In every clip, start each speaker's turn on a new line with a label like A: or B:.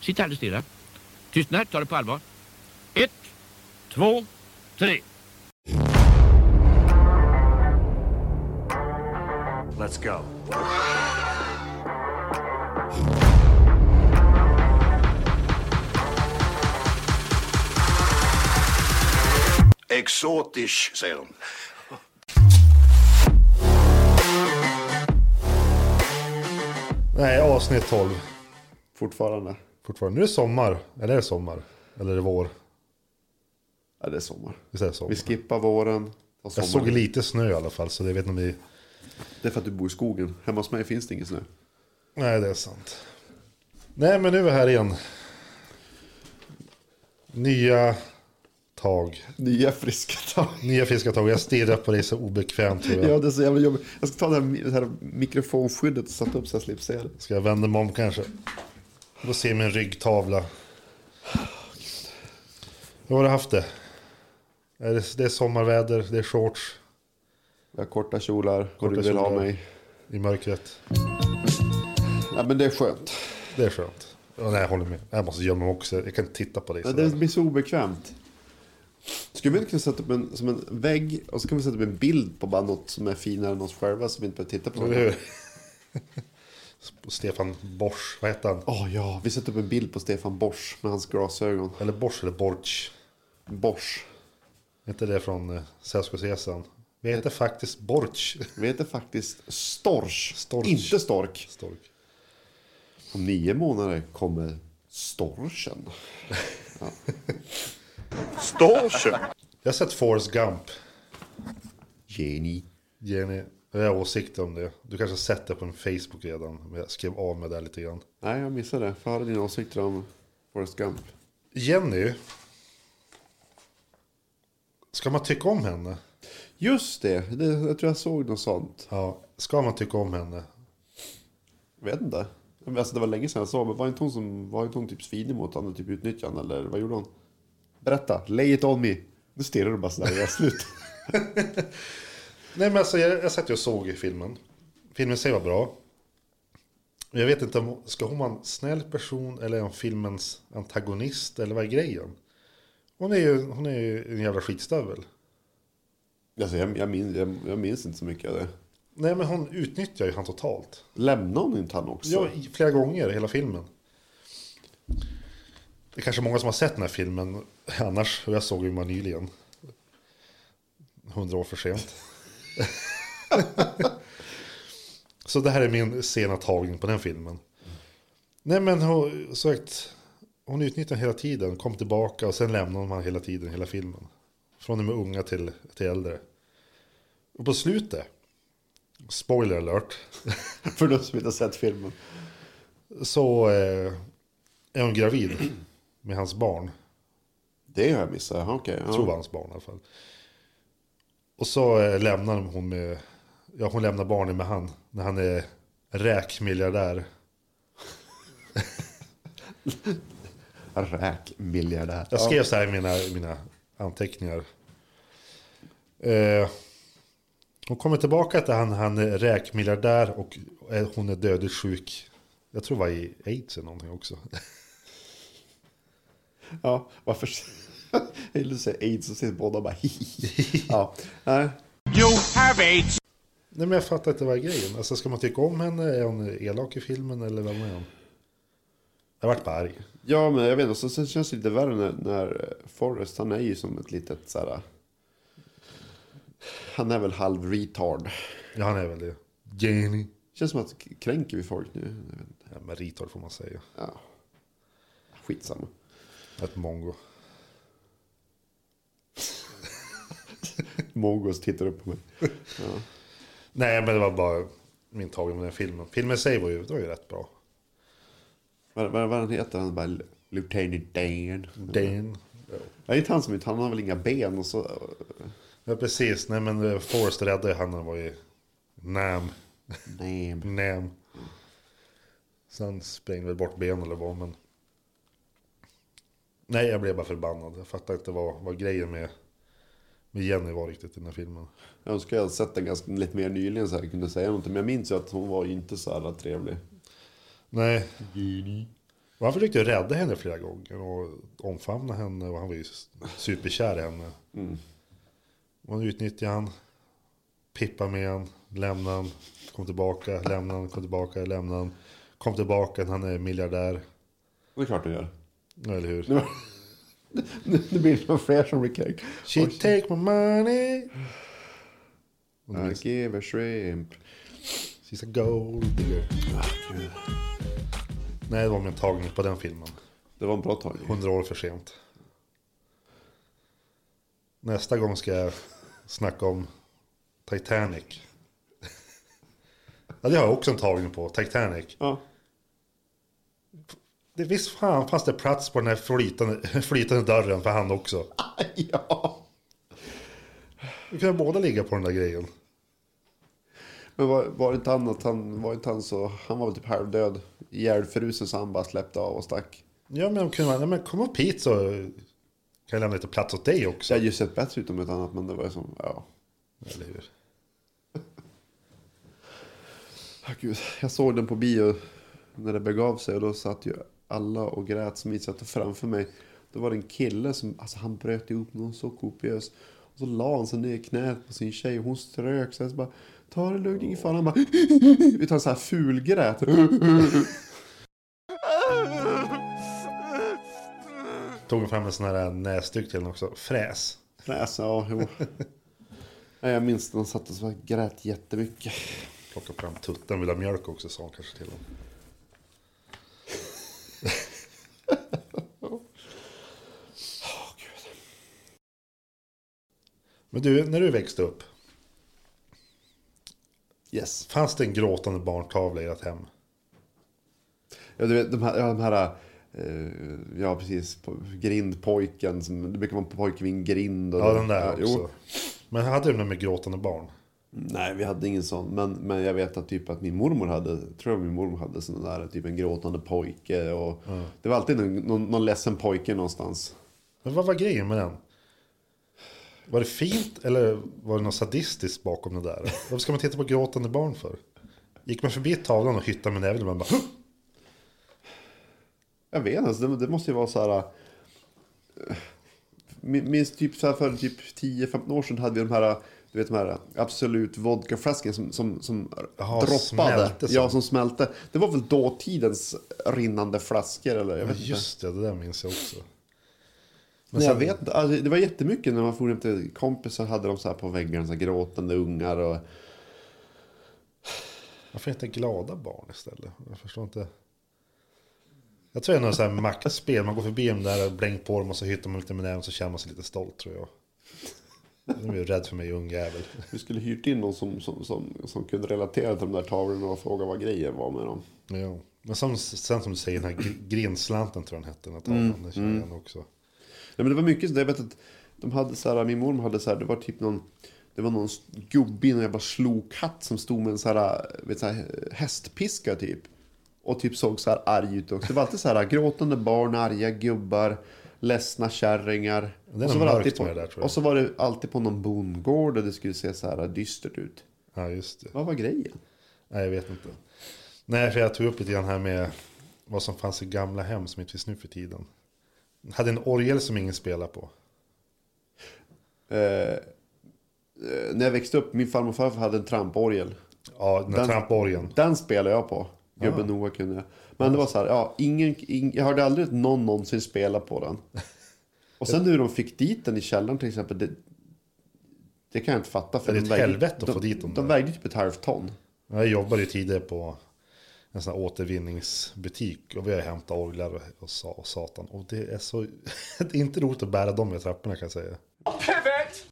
A: Sitt alldeles stilla. Tystnad, ta det på allvar. Ett, två, tre.
B: Let's go.
C: Exotisch, säger de.
D: Nej, avsnitt 12.
E: Fortfarande.
D: Fortfarande. Nu är det sommar. Eller är det sommar? Eller är det vår?
E: Ja, det är sommar.
D: Visst är det sommar?
E: Vi skippar våren. tar
D: Jag
E: sommaren.
D: såg lite snö i alla fall, så det vet ni om vi...
E: Det är för att du bor i skogen. Hemma hos mig finns det ingen snö.
D: Nej, det är sant. Nej, men nu är vi här igen. Nya tag.
E: Nya friska tag.
D: Nya friska tag. Jag stirrar på dig så obekvämt tror jag.
E: Ja, det är så jävla jobbigt. Jag ska ta det här, mi- det här mikrofonskyddet och sätta upp så jag slipper se det.
D: Ska jag vända mig om kanske? Då ser min ryggtavla. Hur har du haft det? Är det, det är sommarväder, det är shorts
E: Jag har korta kjolar. och
D: Korta
E: du vill ha
D: kjolar.
E: mig.
D: i mörkret.
E: Nej, men det är skönt.
D: Det är skönt. Ja, nej, jag håller med. Jag måste gömma mig också. Jag kan inte titta på dig
E: Ja,
D: sådär.
E: det blir så obekvämt. Skulle vi inte kunna sätta upp en, som en vägg och så kan vi sätta upp en bild på bara något som är finare än oss själva så vi inte behöver titta på
D: Eller
E: det.
D: hur? Stefan Borsch, vad heter han?
E: Åh ja, vi sätter upp en bild på Stefan Borsch med hans glasögon.
D: Eller Borsch eller Borch.
E: Borsch.
D: Är inte det från eh, Sällskapsresan? Vi heter faktiskt Borch.
E: Vi heter faktiskt Storch.
D: Storch.
E: Inte Stork.
D: Stork.
E: Om nio månader kommer Storchen.
C: Storchen.
D: Jag har sett Forrest Gump.
E: Genie.
D: Jenny, jag har åsikter om det. Du kanske har sett det på min Facebook redan. Men jag skrev av mig där lite grann.
E: Nej, jag missade det. Få höra dina åsikter om Forrest Gump.
D: Jenny. Ska man tycka om henne?
E: Just det. det! Jag tror jag såg något sånt.
D: Ja. Ska man tycka om henne?
E: Jag vet inte. Men Alltså, det var länge sedan jag såg, men var inte hon, som, var inte hon typ svinig mot honom? Typ utnyttjande, eller vad gjorde hon? Berätta. Lay it on me. Nu stirrar du bara sådär. Jag är slut.
D: Nej men alltså jag, jag satt ju och såg i filmen. Filmen i sig var bra. Men Jag vet inte om, ska hon vara en snäll person eller är hon filmens antagonist eller vad är grejen? Hon är ju, hon är ju en jävla skitstövel.
E: alltså, jag, jag, minns, jag, jag minns inte så mycket av det.
D: Nej men hon utnyttjar ju han totalt.
E: Lämnade hon inte han också?
D: Ja, i- flera gånger i hela filmen. Det är kanske många som har sett den här filmen annars. Och jag såg ju bara nyligen. Hundra år för sent. så det här är min sena tagning på den filmen. Nej men hon, sagt, hon utnyttjar hela tiden. Kom tillbaka och sen lämnade hon honom hela tiden, hela filmen. Från och med unga till, till äldre. Och på slutet. Spoiler alert.
E: För de som inte har sett filmen.
D: så eh, är hon gravid med hans barn.
E: Det har jag missat. Jaha, Okej.
D: Jag tror det var hans barn i alla fall. Och så eh, lämnar hon med, ja hon lämnar barnen med han när han är räkmiljardär.
E: ja. Räkmiljardär.
D: Jag skrev så här i mina, i mina anteckningar. Eh, hon kommer tillbaka till han, han är räkmiljardär och eh, hon är dödligt sjuk. Jag tror det var i aids eller någonting också.
E: Ja, varför? Jag gillar att säga aids och sitter båda bara hihi. Ja, nej.
B: You have AIDS.
D: Nej men jag fattar inte vad är grejen. Alltså ska man tycka om henne? Är hon elak i filmen eller vad är hon? Jag vart bara arg.
E: ja, men jag vet inte. Så- Sen känns det lite värre när, när eh, Forrest, han är ju som ett litet så här. Han är väl halv retard.
D: Ja han är väl det. Jenny.
E: Känns som att kränker vi folk nu? Jag vet inte.
D: Ja men retard får man säga.
E: Ja. Skitsamma.
D: Ett mongo.
E: Mogos tittar upp på mig.
D: Nej men det var bara min tagning med den filmen. Filmen i sig var ju, det var ju rätt bra.
E: Vad vad- vad han heter? Han bara Lieutenant Dan.
D: Dane.
E: Ja, inte han som inte, han har väl inga ben och så. eh,
D: Ja precis. Nej men eh, Forrest räddade ju han när han var i Nam.
E: Nej. men-
D: Nam. Så han sprängde väl bort ben eller vad men. Nej jag blev bara förbannad. Jag fattar inte vad, vad grejen med, med Jenny var riktigt i den här filmen.
E: Jag önskar jag hade sett den ganska, lite mer nyligen så här, kunde säga någonting. Men jag minns ju att hon var ju inte så här trevlig.
D: Nej. Och han försökte rädda henne flera gånger och omfamna henne och han var ju superkär i henne. Och han utnyttjade han, pippade med han, lämnade han, kom tillbaka, lämnade han, kom tillbaka, lämnade han. Kom tillbaka, han är miljardär.
E: Det är klart du gör.
D: Ja, Eller hur?
E: Nu nu blir det nog fler som blir kräkt.
D: She take my money.
E: I give a shrimp.
D: She's a gold digger.
E: Gud.
D: Nej, det var min tagning på den filmen.
E: Det var en bra tagning.
D: 100 år för sent. Nästa gång ska jag snacka om Titanic. Ja, det har jag också en tagning på. Titanic.
E: Ja.
D: Det, visst fan fanns det plats på den här flytande, flytande dörren för han också.
E: ja.
D: Vi kunde båda ligga på den där grejen.
E: Men var, var inte han att han var inte han så han var väl typ halvdöd, ihjälfrusen så han bara släppte av och stack.
D: Ja, men, kunde man, ja, men kom upp hit så kan jag lämna lite plats åt dig också.
E: Det hade ju sett bättre ut om ett annat men det var ju som, ja.
D: Eller hur?
E: Ah, Gud. Jag såg den på bio när det begav sig och då satt ju alla och grät som inte satt framför mig. Då var det en kille som, alltså han bröt ihop någon så kopiös. Och så la han sig ner i knät på sin tjej och hon strök så här så bara, ta det lugnt, ingen fara. Han bara, utan så här fulgrät.
D: Tog fram en sån här näsduk till den också. Fräs.
E: Fräs, ja, jo. Nej, jag minns när han satt och så här grät jättemycket.
D: Plocka fram tutten, vill ha mjölk också sa han kanske till honom. Men du, när du växte upp,
E: Yes.
D: fanns det en gråtande barntavla i ert hem?
E: Ja, du vet, de här, ja, de här eh, ja precis, po- grindpojken. Som, det brukar vara en pojke vid en grind. Och
D: Ja, den där
E: ja,
D: också. Men hade du den med gråtande barn?
E: Nej, vi hade ingen sån. Men, men jag vet att typ att min mormor hade, tror jag min mormor hade sån där, typ en gråtande pojke. Och Det var alltid någon, någon, någon ledsen pojke någonstans.
D: Men vad var grejen med den? Var det fint eller var det något sadistiskt bakom det där? Varför ska man titta på gråtande barn för? Gick man förbi tavlan och hyttade med näven och man bara "Huh!"
E: Jag vet inte, alltså, det, det måste ju vara så här. eh, min- Minns typ så här för typ 10-15 år sedan hade vi de här, du vet de här Absolut vodkaflaskan som, som, som
D: Jaha,
E: droppade.
D: smälte så.
E: ja, som smälte. Det var väl dåtidens rinnande flaskor eller? Jag
D: Ja,
E: vet inte.
D: just det, det där minns jag också.
E: Men jag vet inte, alltså, det var jättemycket när man for hem till kompisar hade de så här på väggarna, så här gråtande ungar och
D: Varför inte glada barn istället? Jag förstår inte. Jag tror det är något så här maktspel. Man går förbi dem där och bläng på dem och så hittar man lite med näven och så känner man sig lite stolt tror jag. Nu är ju rädd för mig ungjävel.
E: vi skulle hyrt in någon som, som, som, som kunde relatera till de där tavlorna och fråga vad grejen var med dem.
D: Ja. Men som, sen som du säger, den här gr- grinslanten tror jag den hette. Den här tavlan, den känner jag igen också.
E: Nej, men det var mycket sådär, jag vet att de hade så här, min mormor hade så här, det var typ någon, det var någon gubbig, någon jävla slokatt som stod med en så här, vet, så här, hästpiska typ. Och typ såg så här arg ut också. Det var alltid så här gråtande barn, arga gubbar, ledsna kärringar.
D: är
E: och,
D: något
E: så var det
D: mörkt
E: alltid på,
D: med det där, tror jag.
E: och så var det alltid på någon bondgård och det skulle se så här dystert ut.
D: Ja, just det.
E: Vad var grejen?
D: Nej, jag vet inte. Nej, för jag tog upp lite grann här med vad som fanns i gamla hem som inte finns nu för tiden. Jag hade en orgel som ingen spelar på.
E: Eh, När jag växte upp, min farmor och farfar hade en tramporgel.
D: Ja, den här
E: Den-
D: tramporgeln.
E: Den spelade jag på. Gubben Noah kunde jag. Men det var så här, ja, ingen, ing, jag hörde aldrig att någon någonsin spelade på den. Och sen hur de fick dit den i källaren till exempel. Det, det kan jag inte fatta. För
D: Det är
E: de
D: ett
E: vägde-
D: helvete att
E: de,
D: få dit dem
E: De
D: där.
E: vägde typ ett halvt ton.
D: Jag jobbade ju tidigare på en sån här återvinningsbutik och vi har hämtat orglar och, och, sa- och satan. Och det är så... det är inte roligt att bära dem i trapporna kan jag säga.
B: Pivot!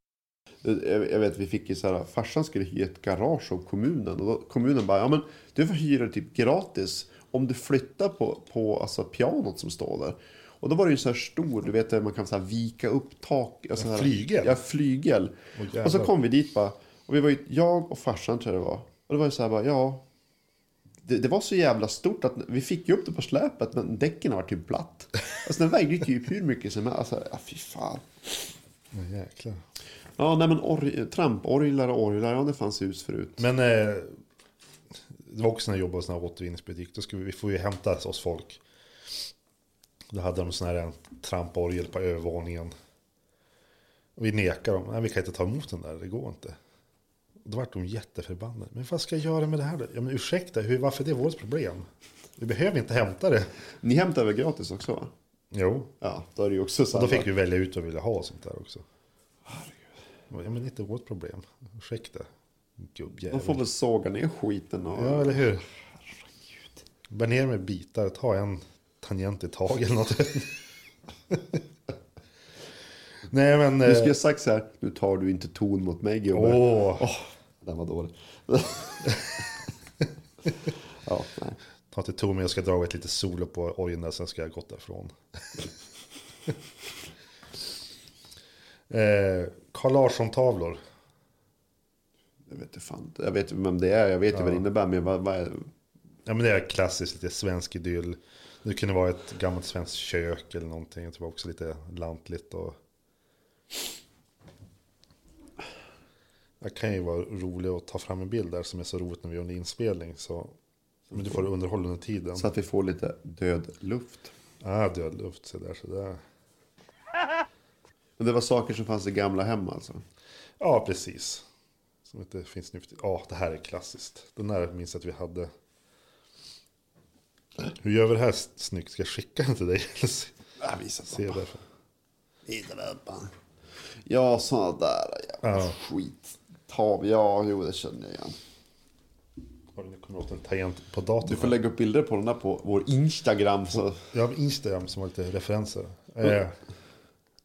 E: Jag, jag vet, vi fick ju så här, farsan skulle hyra ett garage av kommunen. Och då, kommunen bara, ja men du får hyra det typ gratis om du flyttar på, på alltså, pianot som står där. Och då var det ju så här stor, du vet där man kan så här vika upp tak. Alltså, här,
D: flygel.
E: Ja, flygel.
D: Åh,
E: och så
D: jävlar.
E: kom vi dit bara. Och vi var ju, jag och farsan tror jag det var. Och det var ju så här bara, ja. Det, det var så jävla stort att vi fick ju upp det på släpet men däcken var typ platt. Alltså den vägde ju typ hur mycket som helst. Alltså, ja, fy fan.
D: Men jäklar.
E: Ja, nej men or- tramporglar och orglar, ja det fanns hus förut.
D: Men eh, det var också när jag jobbade i en sån här återvinningsbutik. Då skulle vi, vi får ju hämta oss folk. Då hade de sån här en tramporgel på övervåningen. Och vi nekade dem. Nej, vi kan inte ta emot den där, det går inte. Och då vart de jätteförbannade. Men vad ska jag göra med det här då? Ja, men ursäkta, hur, varför är det vårt problem? Vi behöver inte hämta det.
E: Ni hämtar väl gratis också? va?
D: Jo,
E: Ja, då är det ju också
D: och
E: samma.
D: då fick vi välja ut vad vi ville ha och sånt där också. Ja, men det är inte vårt problem. Ursäkta,
E: De
D: gubbjävel.
E: får väl såga ner skiten och...
D: Ja, eller hur? Bär ner med bitar, ta en tangent i taget eller något. Nej men...
E: Du skulle
D: eh,
E: ha sagt så här, nu tar du inte ton mot mig gubbe.
D: Åh.
E: den var dålig. ja, nej.
D: Ta inte tom, jag ska dra ett lite solo på orgeln där, sen ska jag gått därifrån. eh, Carl Larsson-tavlor.
E: Jag vet inte fan. Jag vet ju vem det är, jag vet ju vad det innebär. Men vad, vad är...
D: Ja men det är klassiskt, lite svensk idyll. Det kunde vara ett gammalt svenskt kök eller någonting. Det var också lite lantligt och... Det kan ju vara roligt att ta fram en bild där som är så roligt när vi gör en inspelning. Så... Men du får underhålla under tiden.
E: Så att vi får lite död luft.
D: Ah, död luft, så där, så där.
E: Men det var saker som fanns i gamla hem alltså.
D: Ja, precis. Som inte finns nu för tiden. Ja, det här är klassiskt. Den där minns jag att vi hade. Hur gör vi det här snyggt? Ska jag skicka den till dig? Eller se-
E: Jag visar
D: se
E: pappa.
D: därför?
E: Inte pappa. Ja, sådana där jävla
D: Ja.
E: skit. Tav, ja, jo det känner jag igen.
D: Har du nu kommit åt en tangent på
E: Du
D: datorn?
E: får lägga upp bilder på den där på vår Instagram. Så...
D: Jag har Instagram som har lite referenser.
E: Mm.
D: Eh,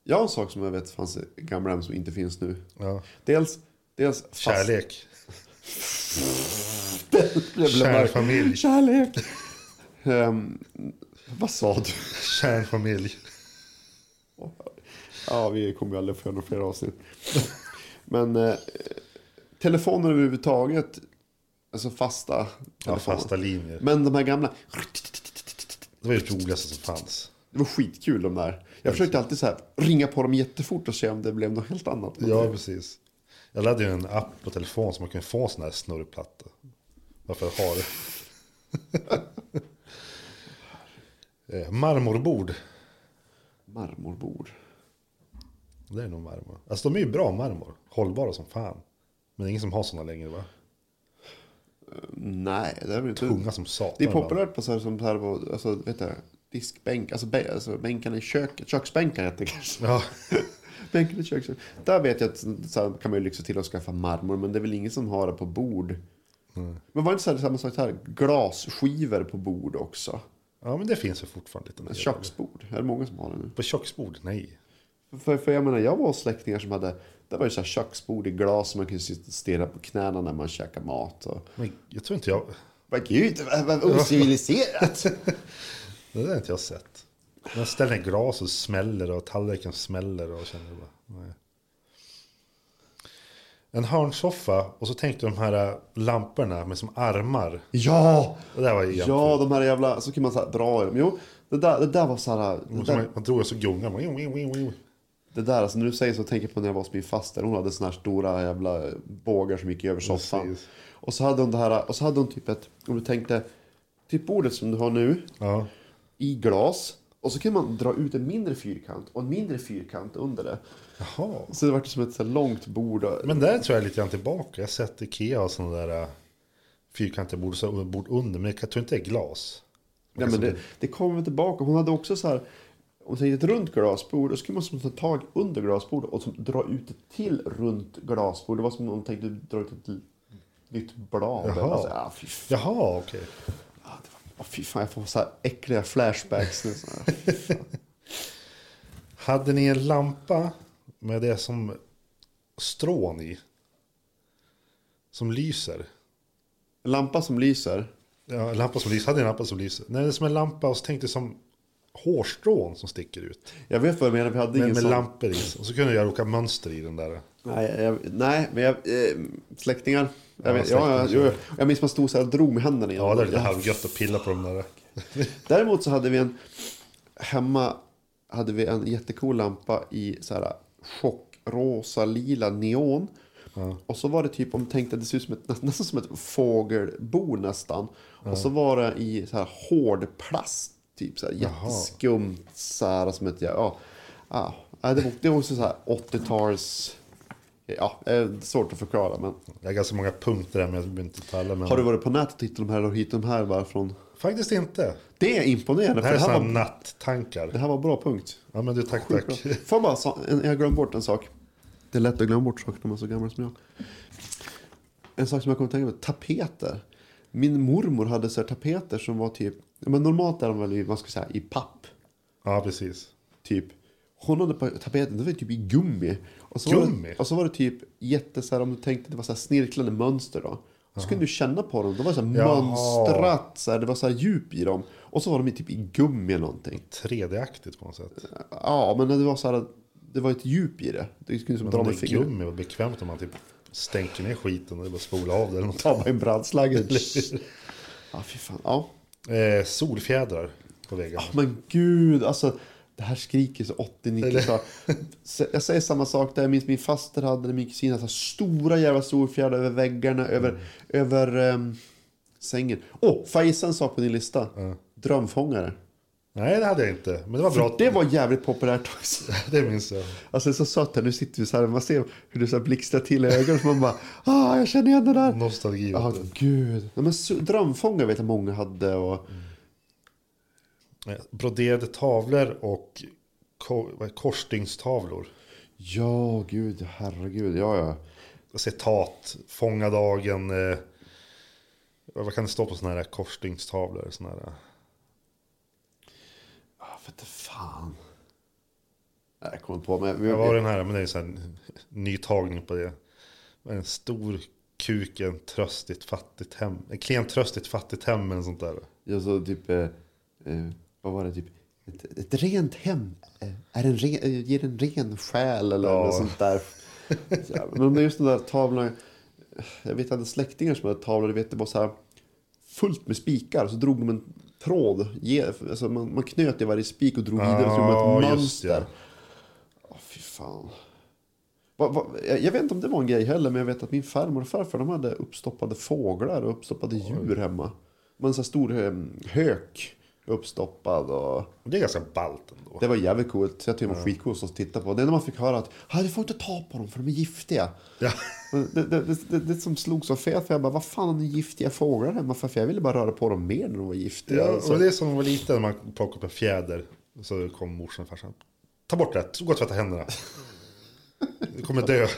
E: Jag har en sak som jag vet fanns i gamla hem som inte finns nu.
D: ja.
E: Dels, dels fast-
D: Kärlek.
E: Jävla mörk.
D: Kärnfamilj.
E: Kärlek. Ehm, vad sa du?
D: Kärnfamilj.
E: Ja, vi kommer ju aldrig få göra några fler avsnitt. Men eh, telefoner överhuvudtaget, alltså fasta.
D: Eller
E: telefoner.
D: fasta linjer.
E: Men de här gamla,
D: Det var ju det roligaste som fanns.
E: det var skitkul de där. Jag försökte alltid så här, ringa på dem jättefort och se om det blev något helt annat.
D: Ja, precis. Jag laddade ju en app på telefon så man kunde få en sån här snurrplatta. Varför jag har det. Eh, Marmorbord.
E: Marmorbord.
D: Det är nog marmor. Alltså de är ju bra marmor. Hållbara som fan. Men det är ingen som har såna längre va?
E: Nej, det är väl inte...
D: Tunga som satan.
E: Det är
D: va?
E: populärt på så här, som så här på, alltså, vet du, diskbänk, alltså, bä, alltså bänkarna i köket, köksbänkar heter det kanske.
D: Ja.
E: Bänken i köket. Där vet jag att så här, kan man ju lyxa till att skaffa marmor, men det är väl ingen som har det på bord. Men var det inte så här, samma sak här, glasskivor på bord också?
D: ja, men det finns ju fortfarande lite.
E: Ett
D: mer.
E: köksbord, är det många som har det nu?
D: På köksbord? Nej.
E: För, för jag menar, jag var hos släktingar som hade, det var ju så här köksbord i glas som man kunde sitta och stirra på knäna när man käkade mat. Och,
D: Men jag tror inte jag...
E: vad gud, vad, vad ociviliserat!
D: Det där har inte jag sett. Man ställer en glas och smäller och tallriken smäller och känner bara... Nej. En hörnsoffa och så tänkte de här äh, lamporna med som armar.
E: ja!
D: Det där var ju
E: Ja, de här jävla, så kan man så här, dra i dem. Jo, det där, det där var så här, det
D: Man,
E: där,
D: man drog och så gungade man. Wing, wing, wing, wing.
E: det där alltså, när du säger så tänker jag på när jag var hos min faster. Hon hade såna här stora jävla bågar som gick över soffan.
D: Precis.
E: Och så hade hon det här, och så hade hon typ ett, om du tänkte, typ bordet som du har nu
D: Ja.
E: i glas. Och så kan man dra ut en mindre fyrkant och en mindre fyrkant under det.
D: Jaha.
E: Så det vart som ett så här långt bord. Och,
D: Men där tror jag lite grann tillbaka. Jag har sett Ikea ha sådana där äh, fyrkantiga bord, så bord under. Men jag tror inte det är glas.
E: Nej,
D: Alltså
E: men det, det kom väl tillbaka. Hon hade också så här, hon tänkte ett runt glasbord och så kunde man som ta tag under glasbordet och som dra ut det till runt glasbord. Det var som om hon tänkte dra ut ett l- nytt blad.
D: Jaha.
E: Alltså, ah, fy, fan,
D: Jaha, okej.
E: ah, fy fan, jag får så här äckliga flashbacks nu. Så här.
D: Hade ni en lampa med det som strån i? Som lyser?
E: En lampa som lyser.
D: Ja, en lampa som lyser. Hade ni en lampa som lyser? Nej, det är som en lampa och så tänkte jag som hårstrån som sticker ut.
E: Jag vet vad jag menar, vi hade
D: Med,
E: ingen
D: med
E: sån.
D: lampor i. Och så kunde jag råka mönster i den där.
E: Nej, jag, nej, men jag, eh, släktingar. Jag,
D: Ja,
E: vet, ja, ja,
D: släktingar.
E: jag, jag minns man stod så här och drog med händerna.
D: Ja,
E: igenom.
D: det är lite
E: Jag
D: halvgött att pilla på de där.
E: Däremot så hade vi en hemma hade vi en jättecool lampa i så här chockrosa lila neon. Och så var det typ, om du tänkte, det ser ut som ett, nä- nästan som ett fågelbo nästan. Och så var det i så här hård plast typ. Så här, jätteskumt så här, som ett... Ja, ja, ja, det, var, det var också så här 80-tals... Ja, eh, svårt att förklara. Men
D: Det är ganska många punkter där men jag vill inte ta alla. Men...
E: har du varit på nätet och hittat de här och hittat de här bara från...
D: Faktiskt inte.
E: Det är
D: Det
E: imponerande. För
D: här är
E: det, här
D: sådana
E: var, det
D: natt-tankar.
E: här var bra punkt.
D: Ja men du tack
E: Sjukt
D: tack.
E: bra. Får jag bara, sa- en- jag glömde bort en sak. Det är lätt att glömma bort saker när man är så gammal som jag. En sak som jag kommer att tänka på, tapeter. Min mormor hade så här tapeter som var typ, ja, men normalt är de väl i, vad ska jag säga, i papp.
D: Ja precis.
E: Typ. Hon hade på tapeten, det var typ i gummi. Och så Var
D: Gummi?
E: det, och så var det typ jätte så här, om du tänkte det var så här snirklande mönster då. Så kunde du känna på dem, de var så här
D: Jaha.
E: mönstrat, så här, det var så här djup i dem. Och så var de i typ i gummi eller någonting.
D: 3D-aktigt på något sätt.
E: Ja, men det var så här, det var ett djup i det. Det skulle som
D: Men
E: dra
D: om
E: med
D: det är
E: fingret.
D: gummi, vad bekvämt om man typ stänker ner skiten och det bara spolar av det eller något.
E: Ta bara en brandslang. ja, fy fan. Ja.
D: Eh, solfjädrar på väggarna.
E: Men gud, alltså. Det här skriker så 80-90 Så Jag säger samma sak där. Jag minns min faster hade det, min kusin hade så här stora jävla storfjärdar över väggarna, över,
D: Mm.
E: över ehm, sängen. Åh, oh, får jag gissa en sak på din lista? Drömfångare.
D: Nej det hade jag inte. Men det var bra.
E: För det var jävligt populärt också.
D: det minns jag.
E: Alltså det är så sött här, nu sitter vi så här, man ser hur det så här blixtrar till i ögonen. Så man bara, ah, jag känner igen det där.
D: Nostalgi.
E: Ja,
D: vet du.
E: gud. Ja, men su- drömfångare vet jag många hade. Och,
D: Mm. Eh, Broderade tavlor och ko- vad är- korsstygnstavlor.
E: Ja, gud, herregud. Ja, ja.
D: Citat. Fånga dagen. Eh, vad kan det stå på sådana här korsstygnstavlor? Såna här,
E: Ah, vete fan. Nej, Jag kommer inte på, men...
D: Jag var den här, men det är så här en ny tagning på det. En stor kuk i en tröstigt fattigt hem. En klen tröstigt fattigt hem eller sånt där.
E: Jag så typ... Eh, eh, vad var det? Typ, ett, ett rent hem eh, är en ren, eh, ger en ren själ eller
D: Ja.
E: något sånt där. Ja, men just de där tavlorna. Jag vet att hade släktingar som hade tavlor. Du vet, det var så här fullt med spikar. Så drog de en tråd. ge- Alltså man, man knöt i varje spik och drog vidare. så gjorde man
D: Ja,
E: ett
D: just det.
E: mönster. Åh, fy fan. Va, va, jag jag vet inte om det var en grej heller, men jag vet att min farmor och farfar de hade uppstoppade fåglar och uppstoppade djur hemma. Man en sån här stor eh, hök uppstoppad och
D: Det är ganska ballt ändå.
E: det var jävligt coolt. Så Jag tyckte det var skitcoolt att titta på. Det enda man fick höra att "Ah, du får inte ta på dem för de är giftiga.
D: Ja.
E: Men Det, det, det, det, det som slog så fel för jag bara, vad fan har ni giftiga fåglar hemma för? För jag ville bara röra på dem mer när de var giftiga.
D: Ja,
E: Alltså.
D: och det är som när man var liten, när man plockade upp en fjäder. och Så kom morsan och farsan. Ta bort det, så gå och tvätta händerna. Du kommer dö.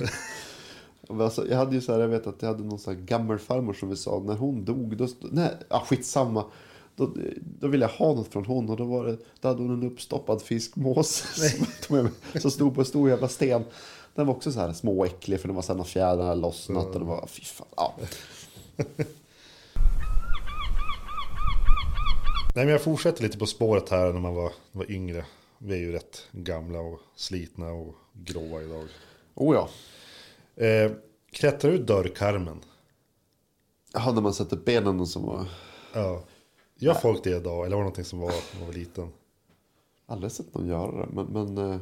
E: Alltså, jag hade ju så här, jag vet att jag hade någon sån här gammelfarmor som vi sa, när hon dog, då, st- nej, ah, skitsamma. Då, då ville jag ha något från hon och då, var det, då hade hon en uppstoppad fiskmås som jag tog med mig, som stod på en stor jävla sten. Den var också så här småäcklig för den var så här när fjädrarna hade lossnat och det var, fy fan. Ja.
D: Nej, men jag fortsätter lite på spåret här när man var, var yngre. Vi är ju rätt gamla och slitna och gråa idag.
E: Oh ja.
D: Eh, klättrar du dörrkarmen?
E: Ja, när man sätter benen och så var
D: Ja. Gör folk det idag? Eller var det någonting som var när man var liten?
E: aldrig sett någon göra det, men, men eh,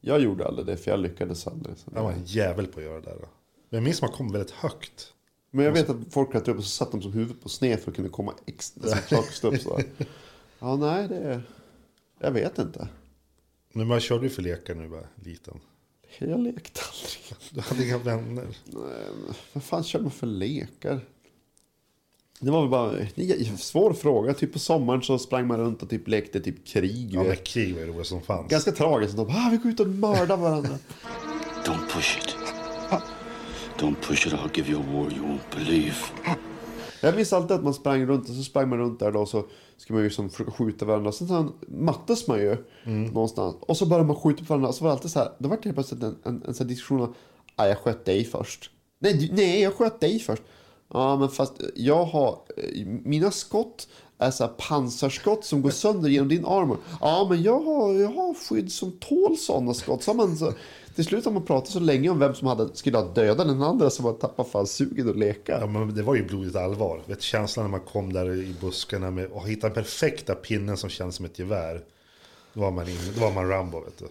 E: jag gjorde aldrig det för jag lyckades aldrig. Så-
D: Jag var en jävel på att göra det där. då. Men jag minns att man kom väldigt högt.
E: Men jag vet att folk klättrade upp och så satt de som huvudet på sned för att kunna komma extra så högst upp. Så. Ja, nej, det är... Jag vet inte.
D: Men vad körde du för lekar när du var liten?
E: Jag lekte aldrig.
D: Du hade inga vänner.
E: Vad fan kör man för lekar? Det var väl bara en svår fråga. Typ på sommaren så sprang man runt och typ lekte typ krig.
D: Ja, men krig var ju roligt som fanns.
E: Ganska tragiskt. De bara, ah, vi går ut och mördar varandra.
F: Don't push it. Don't push it. I'll give you a war you won't believe.
E: Jag minns alltid att man sprang runt och så sprang man runt där då och så skulle man ju som försöka skjuta varandra. Sen, sen mattes man ju någonstans och så började man skjuta på varandra och så var det alltid så här. Då var det helt plötsligt en, en, en sån här diskussion om ah, jag sköt dig först. Nej, du, nej, jag sköt dig först. Ja, men fast jag har eh, mina skott är så här pansarskott som går sönder genom din armor. Ja, men jag har, jag har skydd som tål sådana skott. Så har man så, till slut har man pratat så länge om vem som hade, skulle ha dödat den andra så man tappar fan sugen att leka.
D: Ja, men det var ju blodigt allvar. Vet, känslan när man kom där i buskarna med, och hittade den perfekta pinnen som känns som ett gevär. Då var man, in, då var man Rambo, vet du.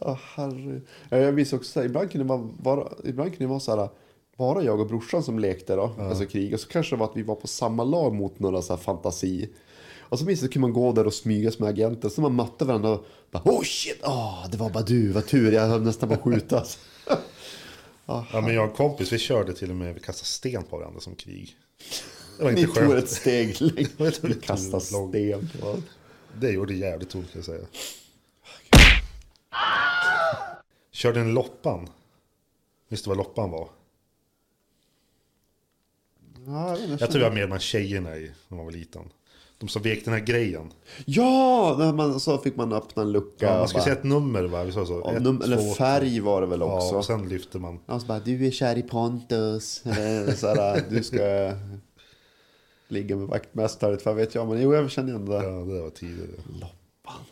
E: Ja, herre. Ja, Jag minns också så här, ibland kunde man vara, ibland kunde det vara så här, bara jag och brorsan som lekte då, alltså krig. Och så kanske det var att vi var på samma lag mot några så här fantasi. Och så minns jag, så kunde man gå där och smygas med agenten. Så man mötte varandra och bara, oh shit, oh, det var bara du, vad tur, jag höll nästan på att skjutas.
D: Ja, men jag och en kompis, vi körde till och med, vi kastade sten på varandra som krig. Det var
E: Ni
D: inte
E: tog ett
D: skönt.
E: steg längre. Ni
D: tog
E: kastade
D: ett långt-
E: sten på varandra.
D: Det gjorde jävligt ont kan jag säga. Körde en Loppan. Visst du vad Loppan var?
E: Ja, jag vet inte.
D: Jag tror jag var med bland tjejerna i, när man var liten. De som vek den här grejen.
E: Ja, när man, så fick man öppna en lucka.
D: Ja, man
E: och
D: skulle
E: bara-
D: säga ett nummer va? Vi sa så.
E: Ja,
D: Ett,
E: num-
D: två,
E: eller färg var det väl också?
D: Ja, och sen lyfter man.
E: Och så bara, du är kär i Pontus. Eller Såhär, du ska ligga med vaktmästaren. Vad vet jag? Men jo, jag känner igen det.
D: Ja,
E: där.
D: det där var tidigare.
E: Loppan.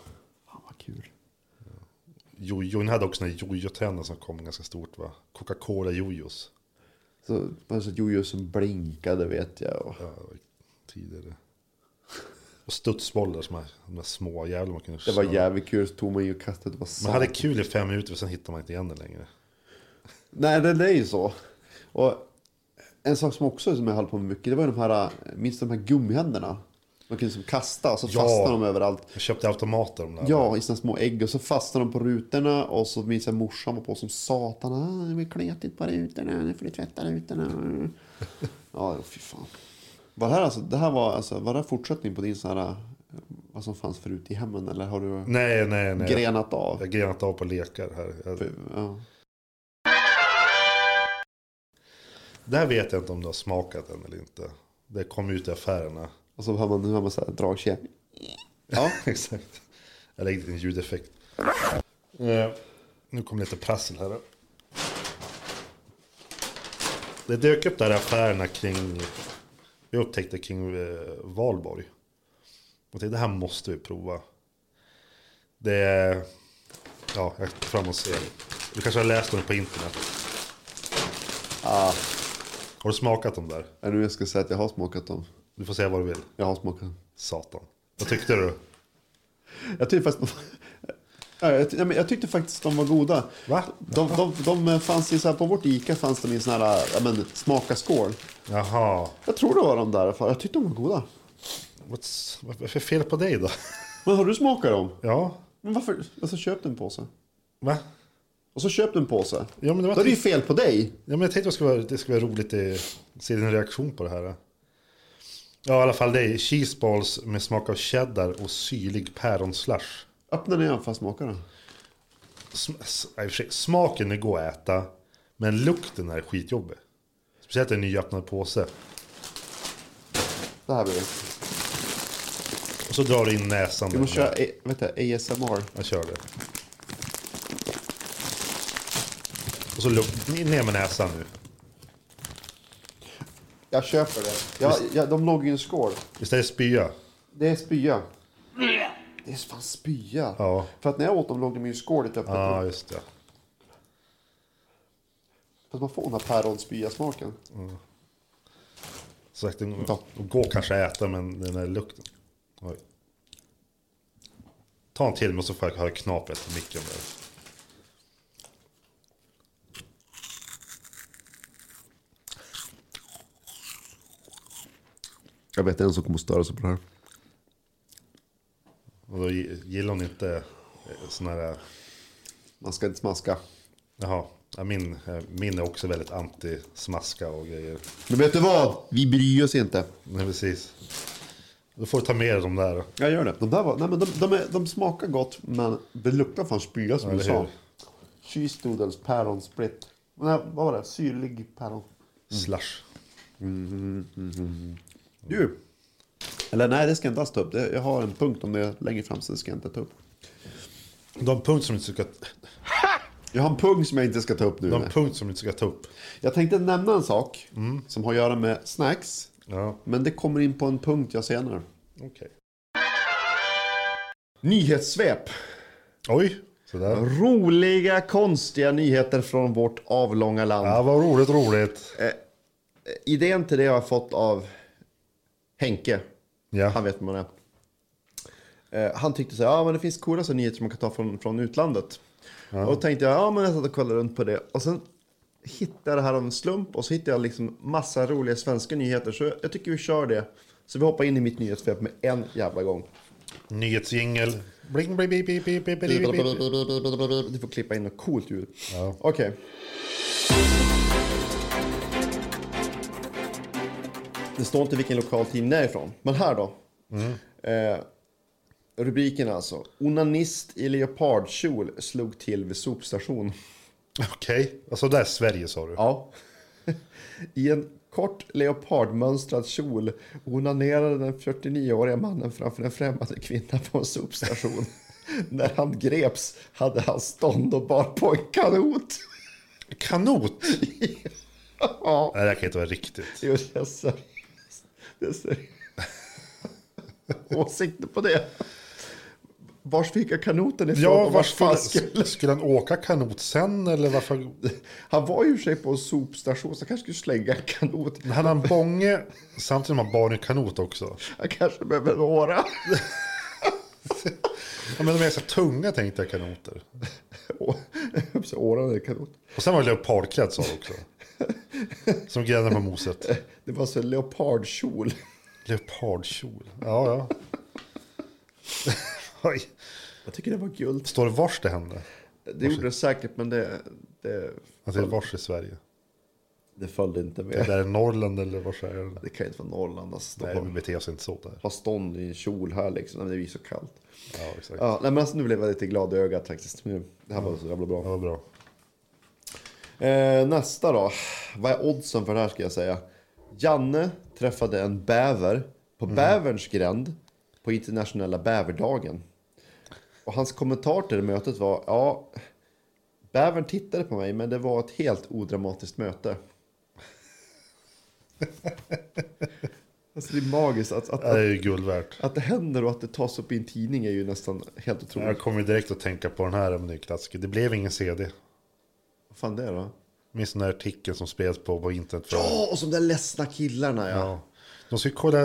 E: Fan vad kul.
D: Jojon hade också några jojo-trender som kom ganska stort va? Coca-Cola jojos.
E: Så det var så jojo som blinkade vet jag. Och
D: Ja, det var tidigare. Och studsbollar som är de där små jävlarna man kunde
E: det var
D: köra.
E: jävligt kul. Så tog man ju kastet. Det var sant.
D: Man hade kul i fem minuter och sen hittade man inte igen det längre.
E: Nej, det, det är ju så. Och en sak som också som jag höll på med mycket. Det var ju de här, minst de här gummihänderna. Man kunde som kasta och så
D: Ja.
E: fastnade de överallt.
D: Jag köpte automater de där.
E: Ja, i sina små ägg. Och så fastnade de på rutorna. Och så minns jag morsan var på som satan. Ah, det blir kletigt på rutorna. Nu får du tvätta rutorna. ja, fy fan. Var det här, alltså, det här var, alltså, var det här fortsättning på din sån här... eh, Vad som fanns förut i hemmen? Eller har du
D: Nej, nej, nej.
E: grenat av?
D: Jag har grenat av på lekar här. Jag,
E: Ja.
D: det här vet jag inte om du har smakat än eller inte. Det kom ut i affärerna.
E: Och så hör Alltså, man, nu hör man så här dragkedja.
D: Ja, exakt. Jag lägger in ljudeffekt. Eh, nu kommer lite prassel här. då. Det dök upp där i affärerna kring, vi upptäckte kring eh, Valborg. Och tänkte, det här måste vi prova. Det är, ja, jag tar fram och ser. Du kanske har läst om det på internet? Har du smakat dem där?
E: Ja, nu jag ska säga att jag har smakat dem.
D: Du får säga vad du vill.
E: Jag har smakat dem.
D: Satan. Vad tyckte du?
E: Jag tyckte faktiskt... Ja, Jag, ty- ja, men jag tyckte faktiskt de var goda.
D: Va?
E: De, de, de fanns ju så här, på vårt Ica fanns de i sån här, ja men smaka skål.
D: Jaha.
E: Jag tror det var de där, för jag tyckte de var goda.
D: What's, vad är det för fel på dig då?
E: Men har du smakat dem?
D: Ja,
E: Men varför? Alltså köp en påse.
D: va?
E: Och så köp en påse.
D: Ja, men det var
E: Då är det ju
D: typ-
E: fel på dig.
D: Ja, men jag tänkte att det skulle vara, det skulle vara roligt att se din reaktion på det här. Ja, i alla fall det är cheeseballs med smak av cheddar och syrlig päronslash.
E: Öppna den igen för att smaka den.
D: Sm- s- i och för sig, Smaken är god att äta, men lukten är skitjobbig. Speciellt en nyöppnad påse.
E: Det här blir det.
D: Och så drar du in näsan.
E: Vi
D: där.
E: måste köra A- vänta, ASMR.
D: Jag kör det. Och så luk- ner med näsan nu.
E: Jag köper det. Jag, jag, de låg i en skål.
D: Visst är det spya?
E: Det är spya. Det är fan spya.
D: Mm. Ja.
E: För att när jag åt dem låg de i en skål lite öppet.
D: Ja, ah, just det.
E: Fast man får den här päronspya-smaken.
D: Så sagt, den
E: Ta.
D: går kanske att äta men den där lukten. Oj. Ta en till men så får jag höra knapret i micken. Där.
E: Jag vet en som kommer störa sig på det här.
D: Och då gi- gillar hon inte eh, sån här... eh,
E: Man ska inte smaska.
D: Jaha, ja, min, eh, min är också väldigt anti-smaska och grejer.
E: Men vet du vad? Vi bryr oss inte.
D: Nej precis. Då får du ta med dig de där.
E: Jag gör det. De där var, nej men de, de, är, de smakar gott men det luktar fan spya som
D: Ja,
E: du
D: eller
E: sa.
D: hur?
E: Cheese doodles, päronsplit. Nej, vad var det? Syrlig päron.
D: Slush.
E: Du! Eller nej, det ska jag inte alls ta upp. Det- Jag har en punkt om det längre fram så det ska jag inte ta upp.
D: De punkt som du inte ska,
E: Jag har en punkt som jag inte ska ta upp nu.
D: de
E: nej.
D: punkt som du inte ska ta upp.
E: Jag tänkte nämna en sak som har att göra med snacks.
D: Ja,
E: Men det kommer in på en punkt jag senare.
D: okej.
E: Nyhetssvep.
D: Oj, sådär.
E: Roliga, konstiga nyheter från vårt avlånga land.
D: Ja, vad roligt, roligt.
E: Eh, Idén till det har jag fått av Henke.
D: Ja.
E: Han vet vem man är. Eh, Han tyckte så här, ja men det finns coola så nyheter som man kan ta från, från utlandet. Och då tänkte jag, ja men jag satt och kollade runt på det. Och sen hittade jag det här av en slump och så hittade jag liksom massa roliga svenska nyheter. Så jag tycker vi kör det. Så vi hoppar in i mitt nyhetsvep med en jävla gång.
D: Nyhetsjingel. Bling, bling, bling, bling, bling, bling, bling, bling, bling.
E: Du får klippa in något coolt ljud.
D: Ja.
E: Okej. Det står inte vilken lokal tidning det är ifrån. Men här då. Eh, rubriken alltså. Onanist i leopardkjol slog till vid sopstation.
D: Okej, alltså det är Sverige sa du.
E: Ja. I en kort leopardmönstrad kjol onanerade den 49-åriga mannen framför en främmande kvinna på en sopstation. När han greps hade han stånd och bar på en kanot.
D: Kanot!
E: Ja,
D: Nej, det här kan inte vara riktigt.
E: jo, det är seriöst. Det är seriöst. Åsikter på det? Vars fick jag kanoten ifrån?
D: Ja,
E: och
D: var
E: fan
D: skulle, skulle... han åka kanot sen eller varför?
E: Han var ju i och för sig på en sopstation så han kanske skulle slänga en kanot.
D: Hade han bånge samtidigt som han bar en kanot också?
E: Han kanske behöver några.
D: Ja, men de är så tunga tänkte jag kanoter.
E: Å- så Åran är kanot.
D: Och sen var det leopardklädd sa du också. Som grädden på moset.
E: Det var så en leopardkjol.
D: Leopardkjol. Ja, ja. Oj.
E: Jag tycker det var guld.
D: Står det vars det hände?
E: Det gjorde det säkert, men det, det,
D: Att det är vars i Sverige?
E: det följde inte
D: Är det
E: med.
D: där i Norrland eller vars är det?
E: Det kan ju inte vara Norrland. Alltså,
D: Nej, vi
E: Nej,
D: beter sig inte så där.
E: ha stånd i en kjol här liksom. Nej, men det är ju så kallt.
D: Ja, exakt.
E: Ja, nej, men alltså, nu blev jag lite glad i ögat faktiskt. Nu, det här var så jävla
D: Det
E: bra.
D: var bra.
E: Eh, nästa då. Vad är oddsen för det här ska jag säga. Janne träffade en bäver på bäverns gränd på internationella bäverdagen. Och hans kommentar till det mötet var ja, bävern tittade på mig men det var ett helt odramatiskt möte. alltså det är magiskt att, att,
D: Det här
E: att,
D: är ju guld värt.
E: att det händer och att det tas upp i en tidning är ju nästan helt
D: Jag
E: otroligt.
D: kommer ju direkt att tänka på den här om ny klassiker. Det blev ingen CD.
E: Vad fan det är då?
D: Minns den här artikeln som spreds på, på internet? För
E: Ja, och som de där ledsna killarna ja.
D: Ja. De skulle kolla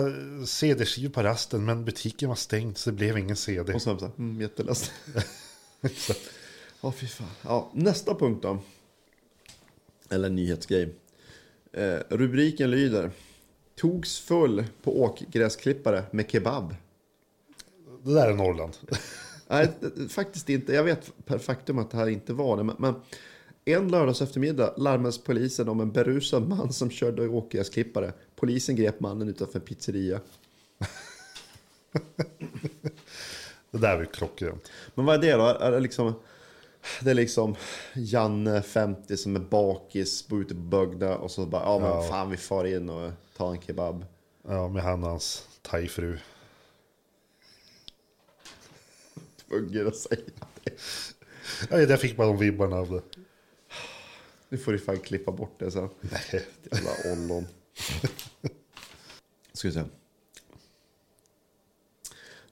D: CD-skivor på rasten men butiken var stängd så det blev ingen CD.
E: Och sen så här, mm, jätteledsen. Ja, fy fan. Ja, nästa punkt då. Eller nyhetsgrej. Eh, rubriken lyder. Togs full på åkgräsklippare med kebab.
D: Det där är Norrland.
E: Nej, det- faktiskt inte. Jag vet per faktum att det här inte var det. Men, men en lördags eftermiddag larmades polisen om en berusad man som körde åkgräsklippare. Polisen grep mannen utanför en pizzeria.
D: Det där är ju klockrent.
E: Men vad är det då? Är det liksom... Det är liksom Janne, 50, som är bakis, bor ute på Bögda och så bara, ja men
D: Ja.
E: fan vi far in och tar en kebab.
D: Ja, med han och hans thaifru.
E: Tvungen att säga det.
D: Ja, det där fick man de vibbarna av det.
E: Nu får du fan klippa bort det sen.
D: Nej.
E: Jävla ollon. Ska vi se.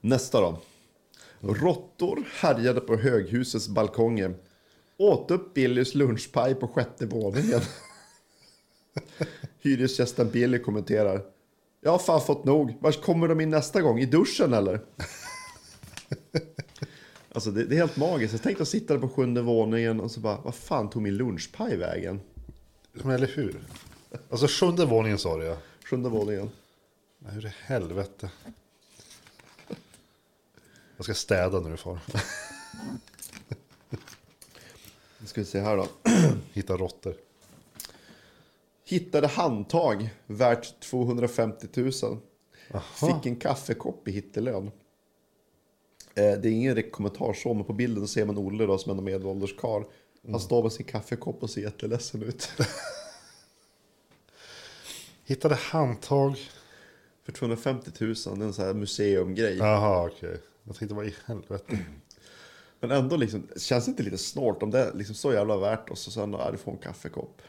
E: Nästa då. Råttor härjade på höghusets balkonger. Åt upp Billys lunchpaj på sjätte våningen. Hyresgästen Billy kommenterar. Jag har fan fått nog. Var kommer de in nästa gång? I duschen eller? Alltså det, det är helt magiskt. Jag tänkte att sitta där på sjunde våningen och så bara, vad fan tog min lunchpaj vägen?
D: Men eller hur? Alltså sjunde våningen sa du ja.
E: Sjunde våningen.
D: Men Hur i helvete? Jag ska städa nu far.
E: Nu ska vi se här då.
D: Hitta råttor.
E: Hittade handtag värt 250 000. Fick en kaffekopp i hittelön. Eh, det är ingen direkt kommentar så, men på bilden ser man Olle då, som är en medelålders karl. Han står med sin kaffekopp och ser jätteledsen ut.
D: Hittade handtag.
E: För 250 000, det är en sån här museumgrej.
D: Jaha okej. Jag tänkte vad i helvete.
E: Men ändå liksom, känns det inte lite snålt om det är liksom så jävla värt och så sen, ja du får en kaffekopp.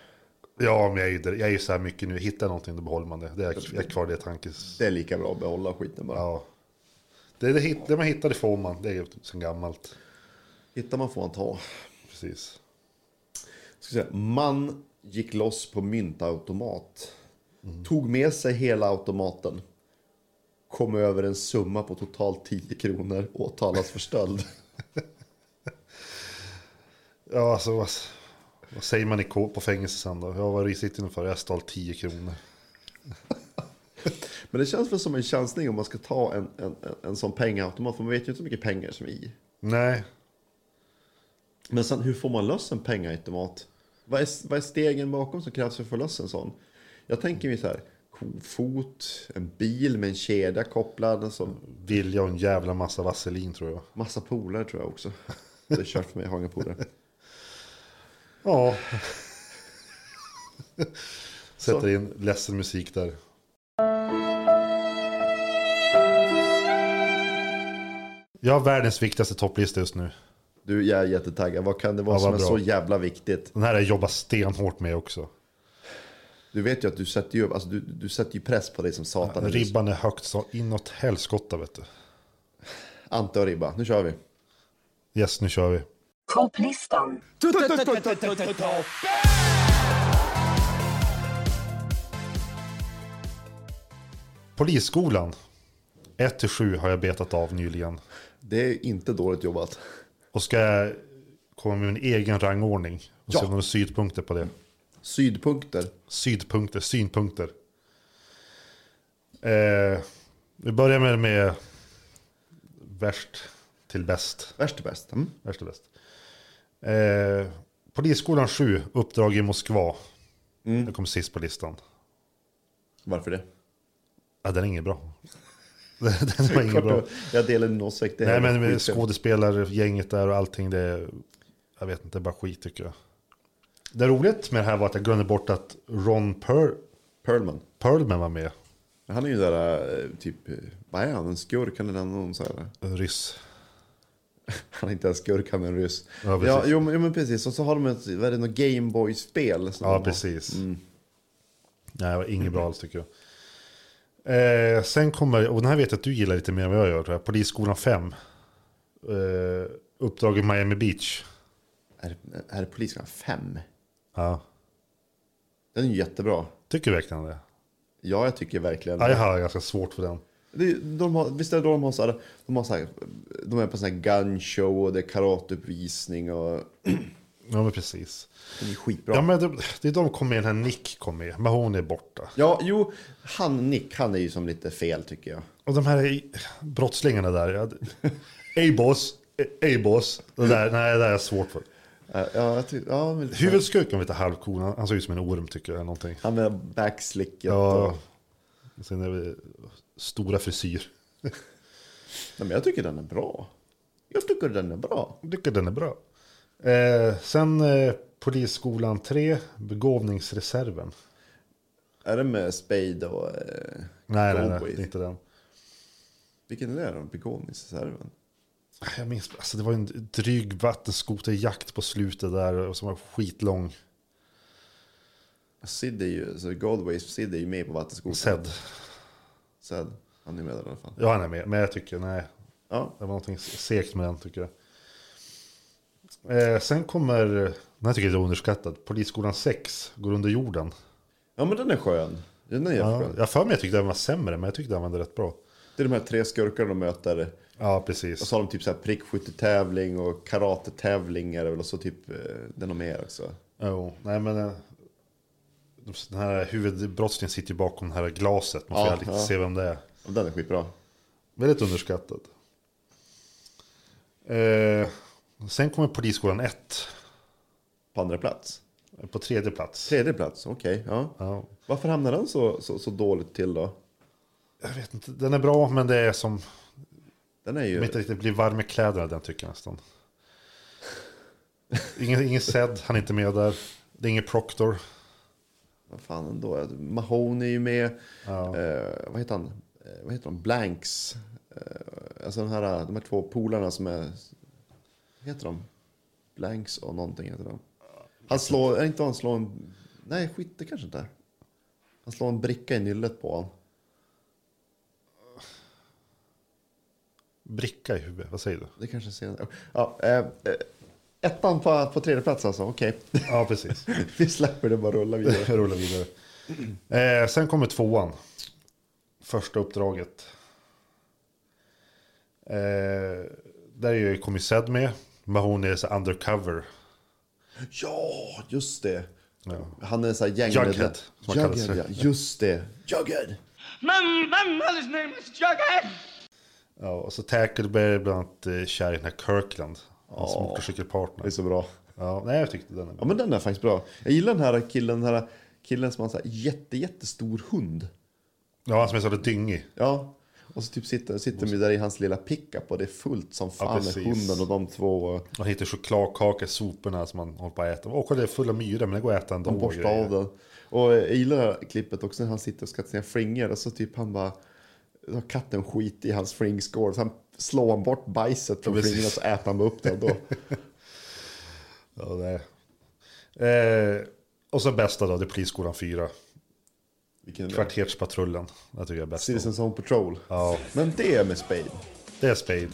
D: Ja men jag är ju, där- jag är ju så här mycket nu. Hittar jag någonting då behåller man det. det är, jag är kvar i det tankes...
E: Det är lika bra att behålla skiten bara.
D: Ja. Det, det, hit- det man hittar det får man. Det är ju sen gammalt.
E: Hittar man får man ta.
D: Precis.
E: ska säga, man gick loss på myntautomat. Tog med sig hela automaten. Kom över en summa på totalt 10 kronor. Åtalas för stöld.
D: Ja alltså vad, vad säger man i K på fängelse sen då? Ja vad sitter ni för? Jag stal 10 kronor.
E: Men det känns väl som en chansning om man ska ta en, en, en, en sån pengaautomat. För man vet ju inte hur mycket pengar som är i.
D: Nej.
E: Men sen hur får man loss en pengaautomat? Vad är, vad är stegen bakom som krävs för att få loss en sån? Jag tänker mig så här. Kofot, en bil med en kedja kopplad. Alltså,
D: Vilja och en jävla massa vaselin tror jag.
E: massa polare tror jag också. Det är kört för mig, jag har inga polare.
D: Ja. Sätter in ledsen musik där. Jag har världens viktigaste topplista just nu.
E: Du, jag är jättetaggad. Vad kan det vara
D: Ja,
E: som
D: vad
E: är
D: bra.
E: så jävla viktigt?
D: Den här har jag jobbat stenhårt med också.
E: Du vet ju att du sätter ju, alltså, du, du sätter ju press på dig som satan.
D: Ribban är högt så inåt helskotta vet du.
E: Ante och Ribba, nu kör vi.
D: Yes, nu kör vi.
G: Topplistan.
D: Polisskolan. 1-7 har jag betat av nyligen.
E: Det är inte dåligt jobbat.
D: Och ska jag komma med min egen rangordning. Och se
E: Ja.
D: om några synpunkter på det.
E: Sydpunkter.
D: Sydpunkter, synpunkter. Eh, vi börjar med, med värst till bäst.
E: Värst är bäst. Mm.
D: Värst till bäst. Eh, Polisskolan 7, uppdrag i Moskva.
E: Mm.
D: Jag kom sist på listan.
E: Varför det?
D: Ja, den är ingen bra. den var ingen
E: Klart
D: bra.
E: jag- Jag delar din åsikt. det här
D: Nej,
E: är
D: men
E: skit.
D: skådespelargänget där och allting, det är, jag vet inte, det är bara skit tycker jag. Det roligt med det här var att jag glömde bort att Ron per-
E: Perlman.
D: Perlman var med,
E: Han är ju där, eh, typ, eh, vad är han? En skurk? Han är den någon så här.
D: en ryss.
E: Han är inte en skurk, han är en ryss.
D: Ja,
E: Ja,
D: precis.
E: jo, men, jo, men precis. Och så har de ett, vad är det, något Gameboy-spel? som de
D: Ja,
E: har.
D: precis. Nej, det var inget bra alls tycker jag. Eh, sen kommer, och den här vet jag att du gillar lite mer än vad jag gör, tror jag. Polisskolan 5. Eh, uppdrag i Miami Beach.
E: Är, är det Polisskolan 5?
D: Ja,
E: Den är ju jättebra.
D: tycker du verkligen det?
E: Ja, jag tycker verkligen
D: Ja, jag har ganska svårt för den.
E: Det, de har, visst är det då de har så här, de har så här, de är på sån här gun show och det är karateuppvisning och
D: Ja, men precis.
E: det är skitbra.
D: Ja,
E: Ja,
D: men det, det är de kom med, den här Nick kom med, men hon är borta.
E: jo, han Nick, han är ju som lite fel tycker jag.
D: Och de här i- brottslingarna där. Jag, ey boss, ey boss. Det där, nej, det där är svårt för.
E: Eh, Ja, jag tyck, ja, men,
D: Huvudskurken var lite halvcool. Han han såg ut som en orm tycker jag. eller Någonting.
E: han med backslicket och,
D: Ja. Sen är det stora frisyr.
E: nej, men jag tycker den är bra. Jag tycker den är bra.
D: Jag tycker den är bra. Eh, sen eh, Polisskolan 3, begåvningsreserven.
E: Är det med Spade och... Eh,
D: Nej, nej, nej,
E: Goldwaith?
D: det är inte den.
E: Vilken är det då? Begåvningsreserven?
D: Jag minns, alltså det var en dryg vattenskoterjakt på slutet där och som var skitlång.
E: Sid är ju, så Goldways Sid är ju med på vattenskolan.
D: Sedd.
E: Sed. Han är med där i alla fall.
D: Ja, han är med, men jag tycker nej.
E: Ja,
D: Det var någonting segt med den tycker jag. Eh, sen kommer, den här tycker jag är underskattad, Polisskolan 6, Går under jorden.
E: ja men den är skön. Den är
D: Ja,
E: jätteskön.
D: jag har för mig jag tyckte den var sämre, men jag tyckte den var rätt bra.
E: Det är de här tre skurkarna de möter.
D: Ja,
E: Och
D: precis.
E: så har de typ så här prickskyttetävling och karatetävling är det väl. Och så typ eh, det är något mer också.
D: Jo, nej men... eh, Den här huvudbrottslingen sitter ju bakom det här glaset. Man får
E: Ja,
D: ju aldrig
E: ja.
D: se vem det är.
E: Och den är skitbra.
D: Väldigt underskattad. Eh, sen kommer Polisskolan 1.
E: På andra plats.
D: På tredje plats.
E: Tredje plats, okej. ja.
D: Ja,
E: Varför hamnar den så, så, så dåligt till då?
D: jag vet inte, den är bra men det är som...
E: Den är
D: Jag
E: ju...
D: vet inte riktigt, blir varm i kläderna den tycker jag nästan. Ingen, ingen Zed, han är inte med där. Det är ingen Proctor.
E: Vad fan ändå. Mahoney är ju med. Eh, vad heter han? Eh, vad heter de? Blanks. Eh, alltså den här, de här två polarna som är... Vad heter de? Blanks och någonting heter de. Han slår... Är det inte han slår en... Nej, skit det kanske inte är. Han slår en bricka i nyllet på honom.
D: Bricka i huvudet, vad säger du?
E: Det kanske är senare. Ja, eh, eh, ettan på, på tredje plats alltså, okej.
D: Ja, precis.
E: Vi släpper det bara rulla vidare.
D: Rulla vidare. Eh, sen kommer tvåan. Första uppdraget. Eh, där är ju kommer Zed med. Men hon är så här undercover.
E: Ja, just det. Han är så här gängmedlem.
D: Jughead, som han kallas.
E: Jughead, ja. Just det. Jughead!
G: My, my mother's name was Jughead.
D: Ja, och så Tackleberry bland annat eh, kär i den här Kirkland. Hans motorcykelpartner.
E: Det är så bra.
D: Ja, nej jag tyckte den är
E: Ja,
D: bra.
E: men den är faktiskt bra. Jag gillar den här killen, den här killen som har en så här jätte, jättestor hund.
D: Ja, han som är så där dyngig.
E: Ja. Och så typ sitter, sitter de ju där i hans lilla pickup och det är fullt som fan med
D: precis.
E: hunden och de två.
D: Han hittar chokladkakor i soporna som han håller på att äta. Åh, kolla det är fulla myror men det går att äta ändå.
E: Han borstar av den. Och jag gillar det här klippet också när han sitter och skrattar sina flingor och så typ han bara då har katten skit i hans flingskål. Så han slår han bort bajset från
D: Ja, precis.
E: flingorna så äter han bara upp det ändå.
D: Ja, det är. Eh, och sen bästa då, det är Polisskolan 4.
E: Vilken
D: Kvarterspatrullen. Det tycker jag är bäst. av.
E: Citizens Home Patrol.
D: Ja.
E: Men det är med Spade.
D: Det är Spade.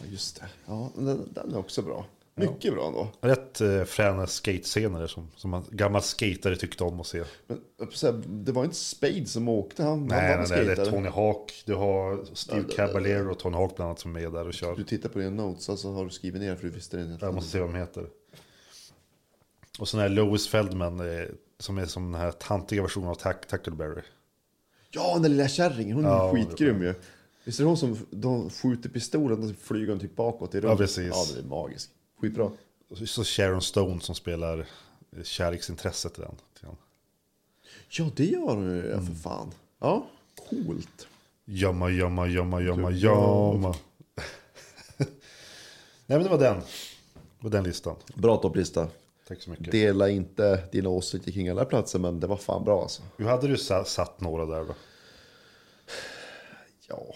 E: Ja, just det. Ja, den, den är också bra. Mycket bra ändå.
D: Rätt eh, fräna skatescener där som, som man, gammal skatare tyckte om att se.
E: Men jag får säga, det var inte Spade som åkte. Han,
D: Nej,
E: han var
D: nej, nej, det är
E: skatare.
D: Tony Hawk. Du har Steve
E: Ja, det-
D: Caballero och Tony Hawk bland annat som är där och kör.
E: Du tittar på dina notes, alltså har du skrivit ner för du visste det inte.
D: Jag måste se vad de heter. Och sen är Lois Feldman eh, som är som den här tantiga versionen av Tack Tackleberry.
E: Ja, den där lilla kärringen, hon är
D: Ja,
E: skitgrym ju. Visst är det hon som de skjuter pistolen och så flyger hon typ bakåt i rummet?
D: precis.
E: Ja, det är magiskt. Skitbra.
D: Och så- så Sharon Stone som spelar eh, kärleksintresset i den. till han.
E: Ja, det gör hon ju, ja,
D: Mm.
E: för fan. Ja, coolt.
D: Gömma, gömma, gömma, gömma, gömma. Nej men det var den. Det var den listan.
E: Bra topplista.
D: Tack så mycket.
E: Dela inte dina åsikter kring alla platser, men det var fan bra alltså.
D: Hur hade du sa- satt några där då?
E: Ja,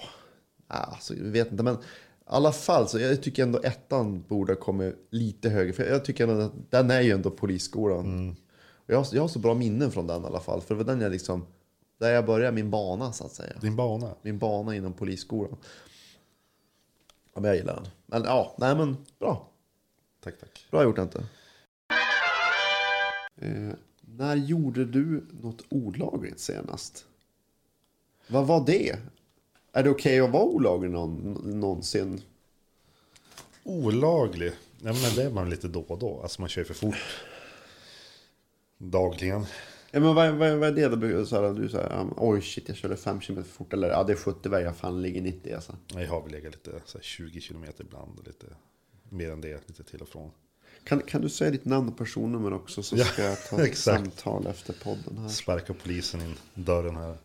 E: alltså, jag vet inte. Men i alla fall så jag tycker ändå ettan borde ha kommit lite högre. För jag tycker ändå att den är ju ändå polisskolan. Och jag, har, jag har så bra minnen från den i alla fall. För det var den jag liksom, där jag började min bana så att säga.
D: Din bana?
E: Min bana inom polisskolan. Ja, men jag gillar den. Men ja, nej men bra.
D: Tack, tack.
E: Bra gjort inte. Eh, när gjorde du något olagligt senast? Vad var det? Är det okej att vara olaglig någon, någonsin?
D: Olaglig? Nej men det är man lite då och då. Alltså man kör ju för fort. Dagligen.
E: Ja, men vad, vad, vad är det då? Så här, du säger, oj shit jag körde 5 km för fort. Eller ja, det är 70 vägar, fan ligger 90 alltså.
D: Nej, Jag har väl legat lite så här, 20 kilometer ibland. och Lite mer än det, lite till och från.
E: Kan, kan du säga ditt namn och personnummer också så
D: Ja,
E: ska jag ta ett
D: exakt.
E: samtal efter podden här.
D: Sparkar polisen in dörren här.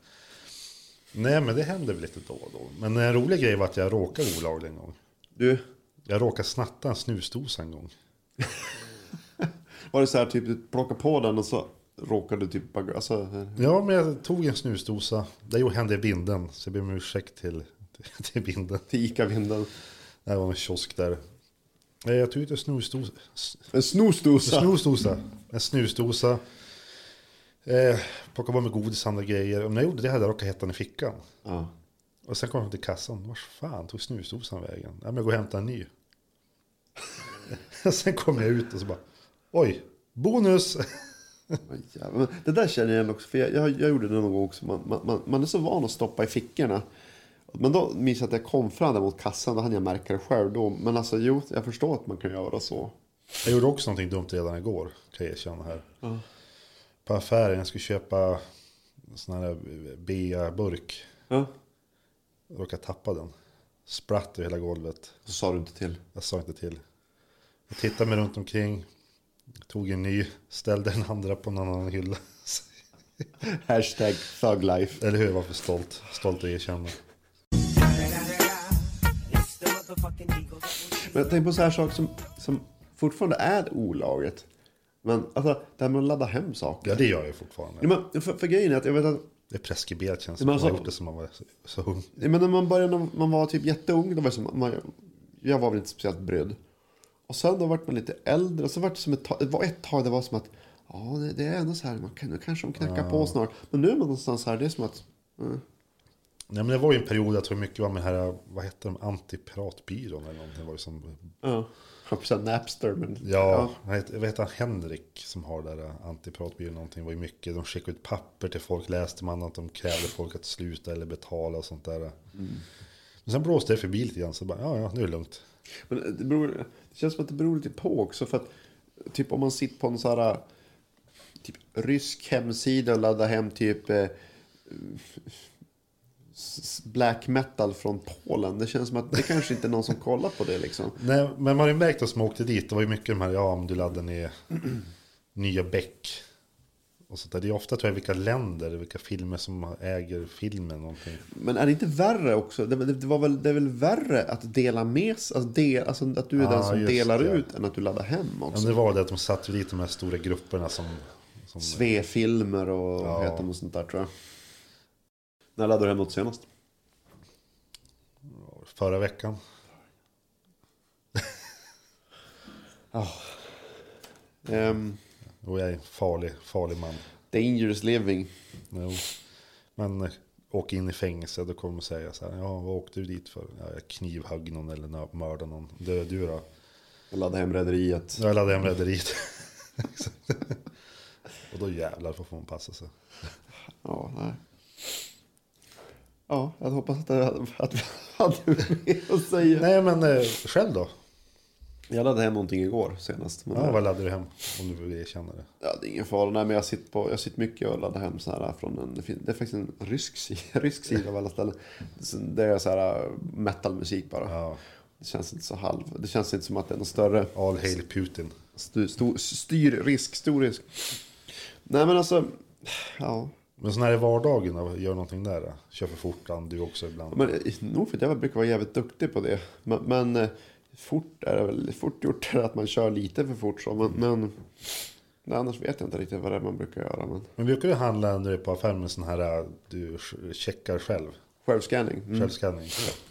D: Nej men det händer väl lite då och då. Men en rolig grej var att jag råkade olaglig en gång.
E: Du,
D: Jag råkade snatta en snusdosa en gång.
E: var det så här typ du plockade på den och så råkade du typ bara... Alltså,
D: Ja men jag tog en snusdosa. Det hände i binden. Så jag ber om ursäkt till, till, till binden.
E: till Ica-vinden.
D: Det var en kiosk där. Nej, Jag tog ut en snusdosa. s-
E: En snusdosa.
D: Snusdosa. En snusdosa. Eh, plockade bara med godis och andra grejer. Om jag gjorde det hade jag råkat hetta den i fickan.
E: Ja.
D: Och sen kom jag fram till kassan. Vars fan tog snusdosan vägen? Nej, men jag går och hämtar en ny. sen kom jag ut och så bara. Oj, bonus!
E: Oj, jävlar. Men Det där känner jag igen också, för jag, jag, jag gjorde det någon gång också. Man, man- man, man är så van att stoppa i fickorna. Men då minns jag att jag kom fram där mot kassan, då hann jag märka det själv då. Men alltså jo, jag förstår att man kan göra så.
D: Jag gjorde också någonting dumt redan igår. Kan jag erkänna här. På affären. Jag skulle köpa sån här BA-burk.
E: Ja.
D: Råkade tappa den. Spratt över hela golvet.
E: Så sa du inte till.
D: Jag sa inte till. Jag tittade mig runt omkring. Tog en ny. Ställde den andra på en annan hylla.
E: Hashtag thug life.
D: Eller hur? Jag var för stolt. Stolt att erkänna.
E: Men tänk på så här saker som, som fortfarande är olagligt. Men alltså, det här med att ladda hem saker.
D: Ja, det gör jag ju fortfarande.
E: Ja, men, för, för grejen är att jag vet att
D: Det är preskriberat känns det
E: Men
D: som. Man har
E: alltså-
D: gjort det som man var så, så ung.
E: Ja, men när man började när man var typ jätteung, då var det som, man, jag var väl inte speciellt brydd. Och sen då vart man lite äldre, och så vart det som ett tag, det var ett tag det var som att, ja det- det är ändå så här, man kan, nu kanske de knackar på snart. Men nu är man någonstans här, det är som att, mm.
D: Nej, men det var ju en period jag tror mycket var med det här, vad hette de, antipiratbyrån eller någonting. Det var ju som,
E: ja. Jag höll på Napster, men
D: ja, vad heter- vad heter han, Henrik som har det där eh, antipiratbyrån någonting. var ju mycket, de skickade ut papper till folk, läste man att de krävde folk att sluta eller betala och sånt där. Men sen blåste det förbi lite grann så bara, ja, ja, nu är det lugnt.
E: Men eh, det, beror, det känns som att det beror lite på också. För att typ om man sitter på en sån här typ, rysk hemsida och laddar hem typ eh, s- black metal från Polen. Det känns som att det kanske inte är någon som kollar på det liksom.
D: Nej, men man har ju märkt att som åkte dit, det var ju mycket de här, ja om du laddar ner nya Beck. Och sånt där. Det är ofta tror jag vilka länder, vilka filmer som äger filmen. Någonting.
E: Men är det inte värre också? Det, det, det, var väl, det är väl värre att dela med sig? Alltså, del, alltså att du är
D: Ah,
E: den som
D: just
E: delar
D: det.
E: ut än att du laddar hem
D: Men
E: också.
D: det var det att de satte dit de här stora grupperna som... som
E: Svefilmer och
D: Ja.
E: vad heter de och sånt där tror jag. När laddade du hem något senast?
D: förra veckan.
E: Ehm,
D: Och jag är en farlig, farlig man.
E: dangerous living.
D: Jo. Men eh, åker in i fängelse, då kommer de säga så här, ja vad åkte du dit för? Ja, jag knivhögg någon eller nö- mördade någon. Det är du då?
E: Jag laddade hem Rederiet.
D: Så jag laddade hem rederiet. Exakt. och då jävlar får man passa sig.
E: Ja, nej. Ja, jag hade hoppats att jag hade- att jag hade mer att säga.
D: Nej men eh, själv då?
E: Jag laddade hem någonting igår senast. Men
D: Ja, vad laddade du hem? Om du vill erkänna det.
E: Ja, det är ingen fara. Nej, men jag sitter, på, jag sitter mycket och laddar hem så här från en... Det fin- det är faktiskt en rysk sida, rysk sida av alla ställen. Så Det är så här äh, metalmusik bara.
D: Ja.
E: Det känns inte så halv... Det känns inte som att det är någon större
D: All hail Putin.
E: styr, stor, styrrisk. Stor risk. Nej, men alltså... Ja.
D: Men så när det är vardagen, då, gör någonting där. då? Kör för fortan, du också ibland.
E: Men eh, nog för att jag brukar vara jävligt duktig på det. Men, men eh, fort är det väl... Fort gjort är det att man kör lite för fort så. Men... men nej, annars vet jag inte riktigt vad det är man brukar göra. Men
D: Men brukar du handla när du är på affären med sån här, eh, du checkar själv?
E: självscanning. Mm.
D: Självskanning.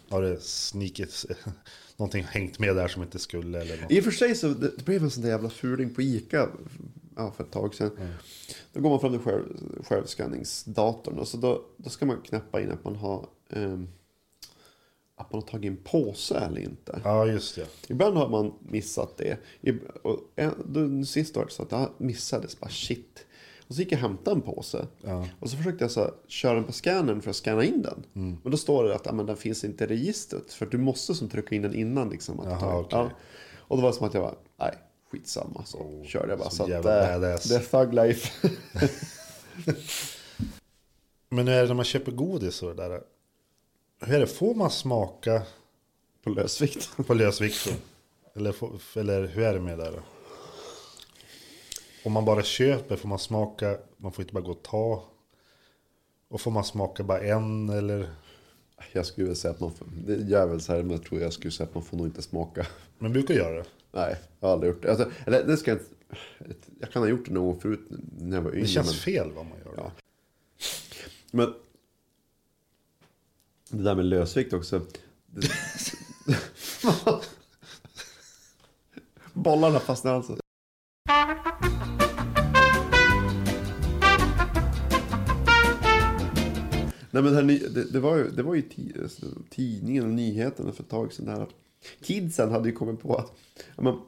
D: Har det snikit någonting hängt med där som inte skulle eller något?
E: I och för sig så det, det blev en sån där jävla fuling på Ica ja, för ett tag sedan. Då går man fram till själv, självskanningsdatorn och så då, då ska man knäppa in att man har ehm, att man har tagit in påse eller inte.
D: Ja, just det.
E: Ibland har man missat det. I- Och en, då, sist var det så att jag missade. Så bara, shit. Och så gick jag och hämtade en påse. Och så försökte jag så här, köra den på scannern för att scanna in den. Men då står det att ja, men den finns inte i registret. För att du måste som trycka in den innan. Liksom, att du
D: Jaha,
E: tar-
D: okej.
E: ja. Och då var det som att jag var nej, skitsamma. Så körde jag bara.
D: så
E: Så, att,
D: jävla
E: eh,
D: badass.
E: det är thug life.
D: Men hur är det när man köper godis och det där? Hur är det, får man smaka
E: på lösvikt.
D: på lösvikt? då? Eller, får- eller hur är det med det där? då? Om man bara köper, får man smaka? Man får inte bara gå och ta? Och får man smaka bara en eller?
E: Jag skulle vilja säga att man får, det är jävligt så här, men jag tror jag skulle säga att man får nog inte smaka.
D: Men brukar göra det.
E: Nej, jag har aldrig gjort det. Alltså, eller det ska jag, inte- jag kan ha gjort det någon gång förut när jag var yngre.
D: Det känns
E: men,
D: fel vad man gör.
E: Ja. men det där med lösvikt också. Det, bollarna fastnar alltså. Nej, men här, ny- det, det var ju, det var ju ti, alltså, tidningen och nyheterna för ett tag sedan. Där. Kidsen hade ju kommit på att ja, men,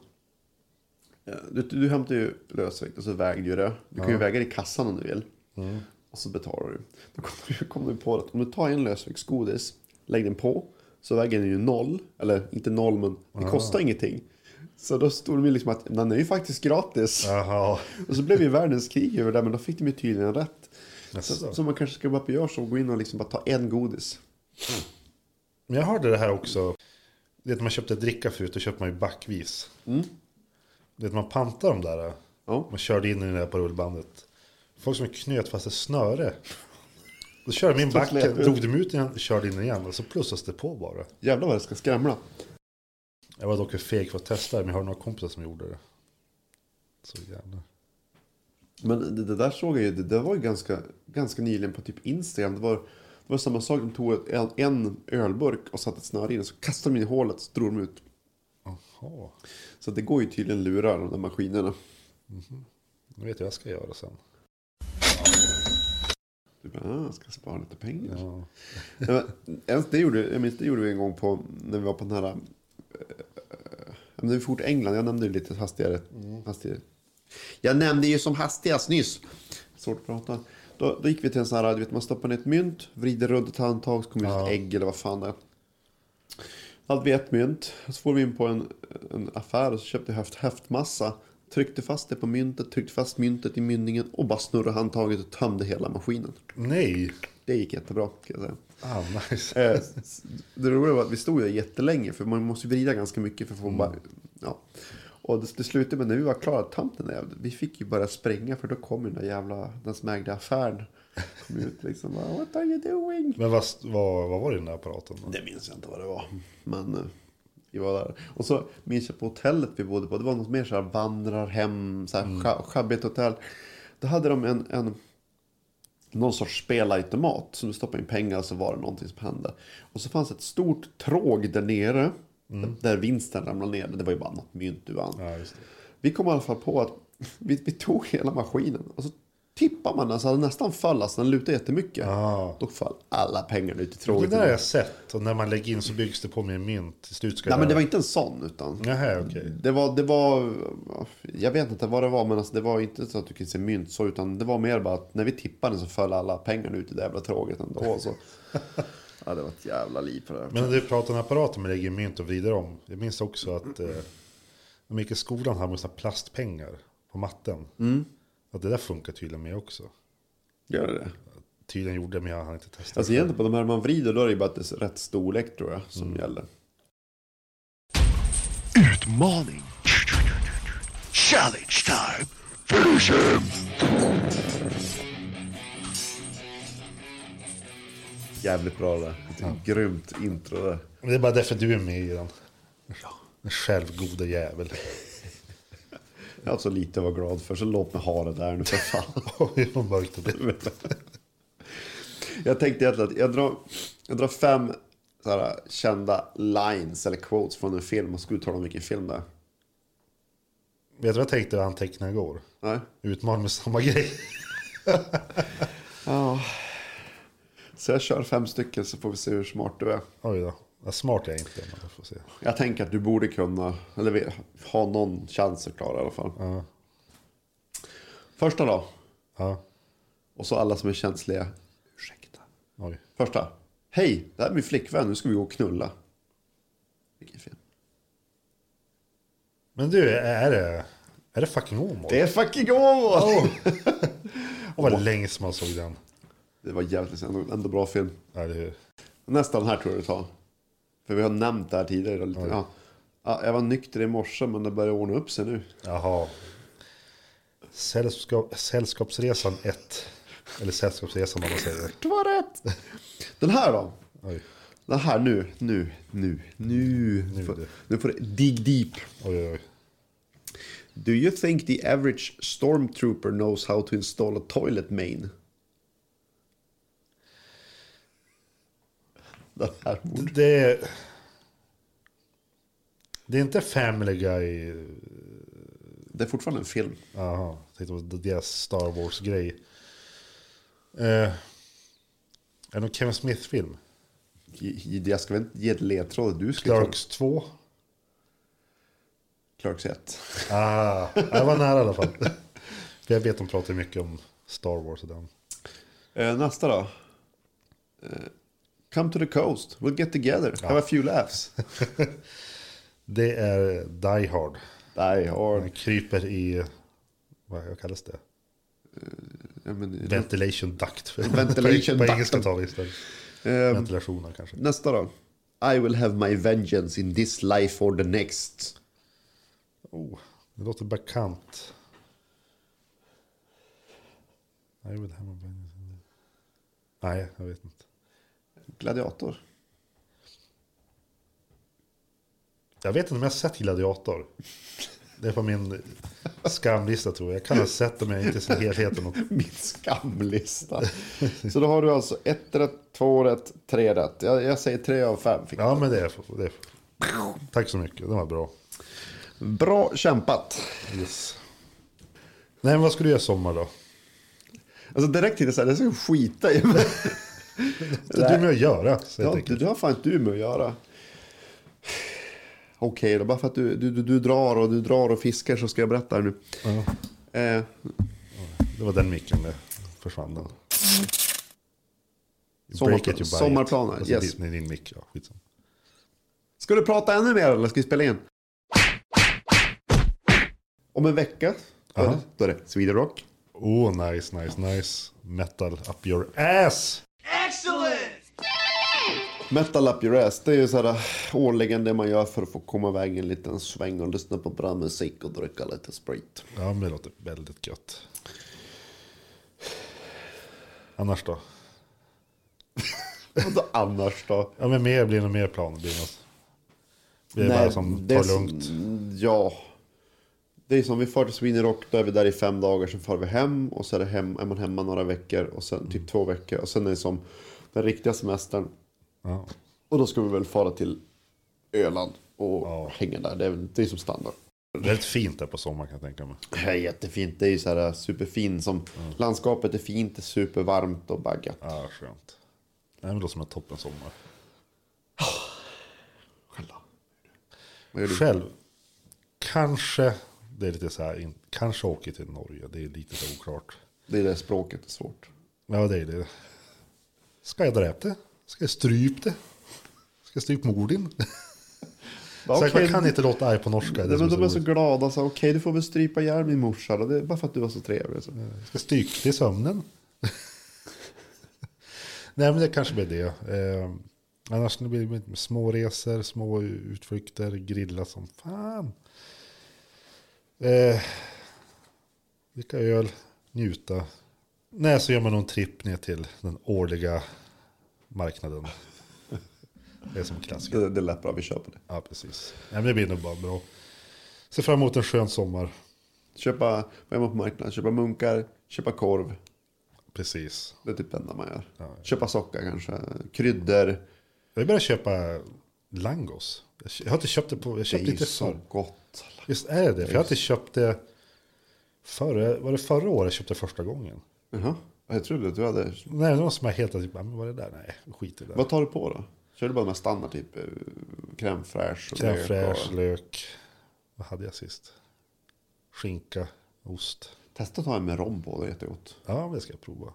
E: ja, du, du hämtar ju lösvikt och så väger du det. Du kan ju väga det i kassan om du vill. Och så betalar du. Då kom du, kom du på att om du tar en lösviktsgodis, lägger den på, så väger den ju noll. Eller inte noll, men det kostar ingenting. Så då stod de ju liksom att den är ju faktiskt gratis.
D: Jaha.
E: Och så blev ju världens krig över det, men då fick de ju tydligen rätt.
D: Jaså.
E: Så, så man kanske ska bara göra så, gå in och liksom bara ta en godis.
D: Men jag hörde det här också. Det är att man köpte dricka förut, då köpte man ju backvis. Det är att man pantar de där.
E: Ja.
D: Man körde in i det där på rullbandet. Folk som knöt fast ett snöre. Då körde min back,
E: slet ut.
D: drog dem ut igen, körde in igen och så plussas det på bara.
E: Jävlar vad det ska skramla.
D: Jag var dock för feg för att testa det, men jag har några kompisar som gjorde det. Så jävlar.
E: Men det, det där såg jag ju, det, det var ju ganska, ganska nyligen på typ Instagram. Det var, det var samma sak, de tog ett- en, en ölburk och satte ett snöre i den, så kastade de in i hålet och så drog de ut.
D: Jaha,
E: Så det går ju tydligen lura de där maskinerna.
D: nu vet jag vad jag ska göra sen.
E: Du bara, ah, ska spara lite pengar.
D: Ja.
E: Ja, men, ens det gjorde, jag minns det gjorde vi en gång på, när vi var på den här... eh, Äh, när vi for till England, jag nämnde ju lite hastigare. hastigare. Jag nämnde ju som hastigast nyss. Svårt att prata. Då, då gick vi till en sån här, du vet man stoppar ner ett mynt, vrider runt ett handtag så kommer det ut ett ägg eller vad fan det är. Då hade vi ett mynt, så for vi in på en, en affär och så köpte vi höft, höftmassa. Tryckte fast det på myntet, tryckte fast myntet i mynningen och bara snurrade handtaget och tömde hela maskinen.
D: Nej,
E: Det gick jättebra kan jag säga.
D: Ah, nice.
E: Eh, s- Det roliga var att vi stod ju jättelänge för man måste ju vrida ganska mycket för att få bara, ja. Och det, det slutade med när vi var klara, tanten där, vi fick ju börja springa för då kom ju den där jävla, den som ägde affären. Kom ut liksom, bara, what are you doing?
D: Men vad, vad, vad var det i den där apparaten? då?
E: Det minns jag inte vad det var. Men eh, vi var där. Och så minns jag på hotellet vi bodde på. Det var något mer så här vandrarhem, så här
D: Mm.
E: scha- sjabbigt hotell. Då hade de en, en någon sorts spelautomat som du stoppade in pengar så var det någonting som hände. Och så fanns ett stort tråg där nere. Där vinsten ramlade ner. Det var ju bara något mynt du vann.
D: Mm. Ja, just det.
E: Vi kom i alla fall på att vi, vi tog hela maskinen och så tippade man den så den nästan föll. Alltså den lutade jättemycket.
D: Ah.
E: Då föll alla pengar ut i
D: Det
E: tråget.
D: där har jag sett. Och när man lägger in så byggs det på med mynt. Till slut ska
E: Nej, men det var inte en sån. Utan
D: Nähä, okej.
E: det, var, det var... Jag vet inte vad det var, men alltså, det var inte så att du kunde se mynt så. Utan det var mer bara att när vi tippade så föll alla pengarna ut i det jävla tråget ändå. Så. ja, det var ett jävla liv på det där.
D: Men när du pratar om apparater med lägger in mynt och vrider om. Jag minns också att eh, när man gick i skolan hade man såna här plastpengar på matten.
E: Mm.
D: Att det där funkar tydligen med också.
E: Gör det
D: Tydligen gjorde det, men jag hann inte testa.
E: Alltså egentligen på de här man vrider, då är det ju bara att det är rätt storlek tror jag som
H: Mm.
E: gäller.
H: Utmaning. Challenge time. Finish him.
E: Jävligt bra det där. Ett Grymt intro där.
D: Men det är bara därför du är med i den. Den självgoda jävel.
E: Jag har så lite att vara glad för, så låt mig ha det där nu för fan.
D: Oj, vad mörkt det blev.
E: Jag tänkte egentligen att jag drar, jag drar fem så här, kända lines eller quotes från en film och så ska du tala om vilken film det är.
D: Vet du vad jag tänkte anteckna igår?
E: Nej?
D: Utmaning med samma grej.
E: Så jag kör fem stycken så får vi se hur smart du är.
D: Oj då. Ja, smart är jag inte, men jag får se.
E: Jag tänker att du borde kunna, eller vi- ha någon chans att klara i alla fall. Första då.
D: Ja,
E: Och så alla som är känsliga. Ursäkta.
D: oj.
E: Första. Hej, det här är min flickvän, nu ska vi gå och knulla. Vilken film?
D: Men du, är det, är det fucking Åmål?
E: Det är fucking Åmål!
D: Det var länge sedan man såg den.
E: Det var jävligt ändå, ändå bra film.
D: Ja, Eller hur?
E: Nästan här tror jag du tar. För vi har nämnt det här tidigare. då Lite. Ja. Ja, jag var nykter i morse men det börjar ordna upp sig nu.
D: Jaha. Sällskap, sällskapsresan 1. Eller Sällskapsresan om man säger.
E: Det var rätt! Den här då?
D: Oj,
E: Den här nu, nu, nu, nu. Nu, får,
D: du.
E: nu får det dig deep.
D: oj, oj.
E: Do you think the average stormtrooper knows how to install a toilet main? Den här borde...
D: Det är... Det är inte Family Guy.
E: Det är fortfarande en film.
D: Jaha, tänkte på deras Star Wars-grej. Eh, är det någon Kevin Smith-film?
E: I- i- Jag ska väl inte ge ledtråd. Du ska ju ta
D: Clerks 2?
E: Clerks 1.
D: Ah, jag var nära i alla fall. För jag vet de pratar mycket om Star Wars och den.
E: Eh, nästa då. Eh, come to the coast, we'll get together, have a few laughs.
D: Det är Die Hard.
E: Die hard.
D: Han kryper i, vad kallas det?
E: Ja, men, eh,
D: Ventilation duct.
E: Ventilation
D: på
E: duct.
D: engelska tar vi istället.
E: eh,
D: Ventilationen kanske.
E: nästa då. I will have my vengeance in this life or the next.
D: Oh, det låter bekant. I would have a vengeance. Nej, jag vet inte.
E: Gladiator.
D: Jag vet inte om jag har sett Gladiator. Det är på min skamlista tror jag. Jag kan ha sett det men jag har inte sett helheten. Och
E: Min skamlista. Så då har du alltså ett rätt, två rätt, tre rätt. Jag, jag säger tre av fem. Fick.
D: Ja, men det är, det är. Tack så mycket, det var bra.
E: Bra kämpat.
D: Yes. Nej, men vad ska du göra i sommar då?
E: Alltså direkt till det så här, jag ska skita i
D: Det är du med att göra. Så
E: Ja,
D: jag
E: det,
D: tänker.
E: det har fan inte du med att göra. Okej då, bara för att du, du, du, du drar och du drar och fiskar så ska jag berätta här nu. Eh,
D: det var den micken där försvann. Den.
E: Sommarpla-
D: Break it, you buy it.
E: sommarplaner,
D: Alltså,
E: yes.
D: Din, din mick, ja. Skitsamma.
E: ska du prata ännu mer eller ska vi spela in? Om en vecka, då är det,
D: Aha.
E: då är det Sweden Rock.
D: Oh, nice, nice, nice. Metal up your ass!
G: Ass!
E: Metal up your ass, det är ju så här eh, årligen det man gör för att få komma iväg en liten sväng och lyssna på bra musik och dricka lite sprit.
D: Ja, men det låter väldigt gött. Annars då?
E: Vadå annars då?
D: Ja, men mer blir det mer planer. Blir det något. Blir det bara som
E: det är
D: tar
E: som-
D: lugnt.
E: Ja. Det är som vi far till Sweden Rock, då är vi där i fem dagar, sen far vi hem och så är, det hem, är man hemma några veckor och sen typ två veckor och sen är det som den riktiga semestern.
D: Ja.
E: Och då ska vi väl fara till Öland och hänga där. Det är, väl- det är som standard.
D: Väldigt fint där på sommaren kan jag tänka mig.
E: Det är jättefint, det är ju så här superfint som landskapet är fint, det är supervarmt och bara gött.
D: Ja, Ah, skönt. Det är väl som en toppen sommar.
E: Vad gör du?
D: Själv, kanske, det är lite så här, in- kanske åker till Norge. Det är lite så oklart.
E: Det är det språket är svårt.
D: Ja, det är det. Ska jag dräpa det? Ska jag strypa det? Ska jag strypa morden? Så
E: Okej,
D: man kan inte låta arg på norska. Det
E: Nej,
D: är det
E: men
D: som
E: de
D: är
E: är
D: så
E: så
D: roligt.
E: glada. Så, Okej, du får väl strypa ihjäl min morsa då. Det är bara för att du var så trevlig. Så.
D: Ska stryka till sömnen. Nej, men det kanske blir det. Eh, annars blir det små resor, små utflykter, grilla som fan. Eh, dricka öl, njuta. Nej, så gör man nog en tripp ner till den årliga marknaden. Det är som klassiker.
E: Det, det lät bra, vi köper det.
D: Ja, precis. Nej, men det blir nog bara bra. Ser fram emot en skön sommar.
E: Köpa, vad gör man på marknaden? Köpa munkar, köpa korv.
D: Precis.
E: Det är typ det enda man gör. Köpa socker kanske, kryddor.
D: Jag började köpa langos. Jag kö- Jag har inte köpt det på... Jag
E: Det är
D: köpte
E: ju
D: inte
E: så
D: förr.
E: gott.
D: Just är det det? För jag har inte köpt det... Förra, var det förra året jag köpte första gången?
E: Jaha, jag trodde att du hade...
D: Nej, det var någon som jag helt typ, "Ja, men vad är det där? Nej, skit i det.
E: Vad tar du på då? Kör du bara de här standard typ eh, crème fraîche? och
D: Crème
E: lök
D: fraîche,
E: och-
D: lök. Vad hade jag sist? Skinka, ost.
E: Testa att ta en med rom på, det är jättegott.
D: Ja, men det ska jag prova.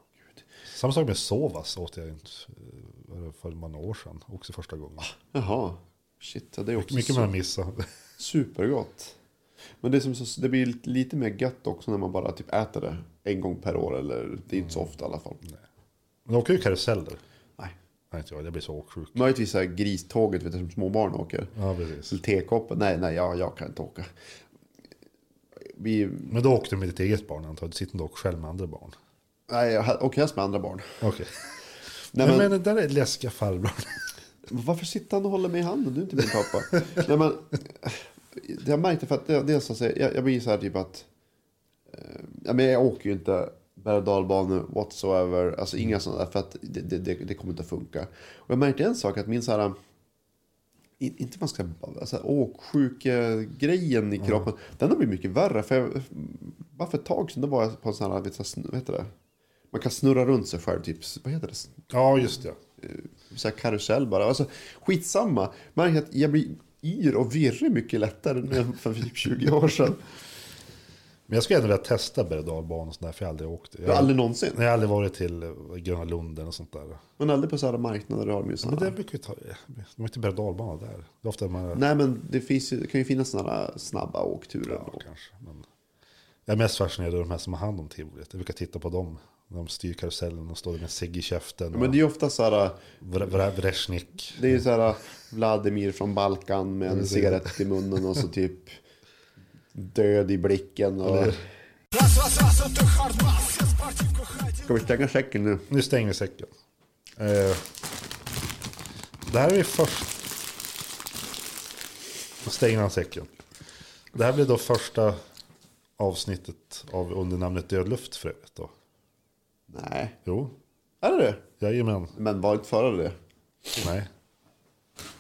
D: Samma sak med sovas åt jag inte eh, var det för några år sedan. Också första gången.
E: Jaha, shit. ja, Det är också
D: Mycket man missar.
E: Supergott. Men det, är som så, det blir lite mer gött också när man bara typ äter det en gång per år. Eller, det är inte
D: Mm.
E: så ofta i alla fall. Nej.
D: Men åker ju karuseller. Nej, inte jag. Jag blir så åksjuk.
E: Möjligtvis så här griståget vet du, som småbarn åker.
D: Ja, precis.
E: Eller tekoppen. Nej, nej, jag, jag kan inte åka. Vi,
D: Men då åkte du med ditt eget barn antar jag. Du sitter inte och åker själv med andra barn.
E: nej, jag åker helst med andra barn.
D: Okej.
E: Nej,
D: Nej, men
E: men,
D: det där är läskiga farbror.
E: Varför sitter han och håller mig i handen? Du är inte min pappa. Nej, men, jag märkte för att det- dels så säger jag, jag blir så här typ att eh, ja, men jag åker ju inte berg och dalbanor whatsoever. Alltså inga sådana där för att det, det, det, det kommer inte att funka. Och jag märkte en sak att min så här i- inte vad ska jag- alltså, åksjuke-grejen i kroppen. Den har blivit mycket värre. För jag, bara för ett tag sedan då var jag på en sån här, vet du, så här, sn- vad heter det? Man kan snurra runt sig själv, typ, vad heter det?
D: Ja, just det.
E: eh, så här karusell bara. Alltså, skitsamma. Märker att jag blir yr och virrig mycket lättare nu än för typ 20 år sedan.
D: Men jag skulle ändå vilja testa berg och dalbanor och sånt där, för jag har aldrig åkt. Jag,
E: Jag har aldrig någonsin.
D: Nej, jag har aldrig varit till eh, Gröna Lunden och sånt där.
E: Men aldrig på sådana marknader har de ju
D: Men
E: sådana.
D: det brukar ju ta... De har inte berg och dalbana där. Det är ofta man...
E: Nej men det finns ju, det kan ju finnas sådana snabba åkturer.
D: Ja, kanske. Men jag är mest fascinerad av de här som har hand om tivolit. Jag brukar titta på dem. När de styr karusellen och står med cigg i käften.
E: Men det är ju ofta så här,
D: och Vreshnik.
E: det är ju så här Vladimir från Balkan med en cigarett i munnen och så typ död i blicken. Och... Ska vi stänga säcken nu?
D: Nu stänger vi säcken. Eh, det här är ju först... Då stänger han säcken. Det här blir då första avsnittet av under namnet Död luft för övrigt då.
E: Nej.
D: Jo,
E: Är det det?
D: jajamän.
E: Men var inte förare det?
D: Nej.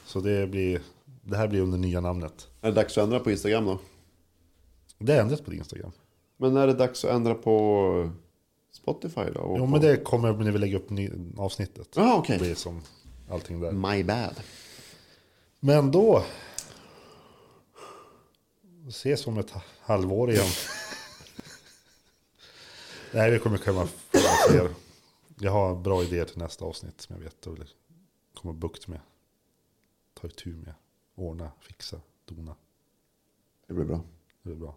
D: Så det blir... Det här blir under nya namnet.
E: Är det dags att ändra på Instagram då?
D: Det är ändrat på din Instagram.
E: Men är det dags att ändra på Spotify då? Och
D: Jo,
E: på...
D: men det kommer när vi lägger upp ny, avsnittet.
E: Ja, Ah, okej.
D: Det blir som allting där.
E: My bad.
D: Men då... Ses om ett halvår igen. Nej, det kommer komma fler. Jag har bra idéer till nästa avsnitt som jag vet och vill komma bukt med. Ta itu med. Ordna, fixa, dona.
E: Det blir bra.
D: Det blir bra.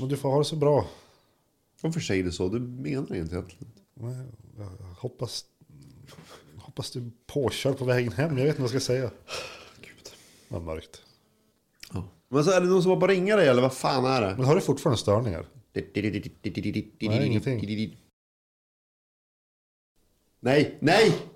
D: Men du får ha det så bra.
E: Varför säger du så? Du menar inte egentligen.
D: Nej, Jag hoppas, Hoppas du är påkörd på vägen hem. Jag vet inte vad jag ska säga.
E: Gud.
D: Vad mörkt.
E: Ja. Men så är det någon som har på ringare eller vad fan är det?
D: Men har du fortfarande störningar? Nej, ingenting.
E: Nej, nej!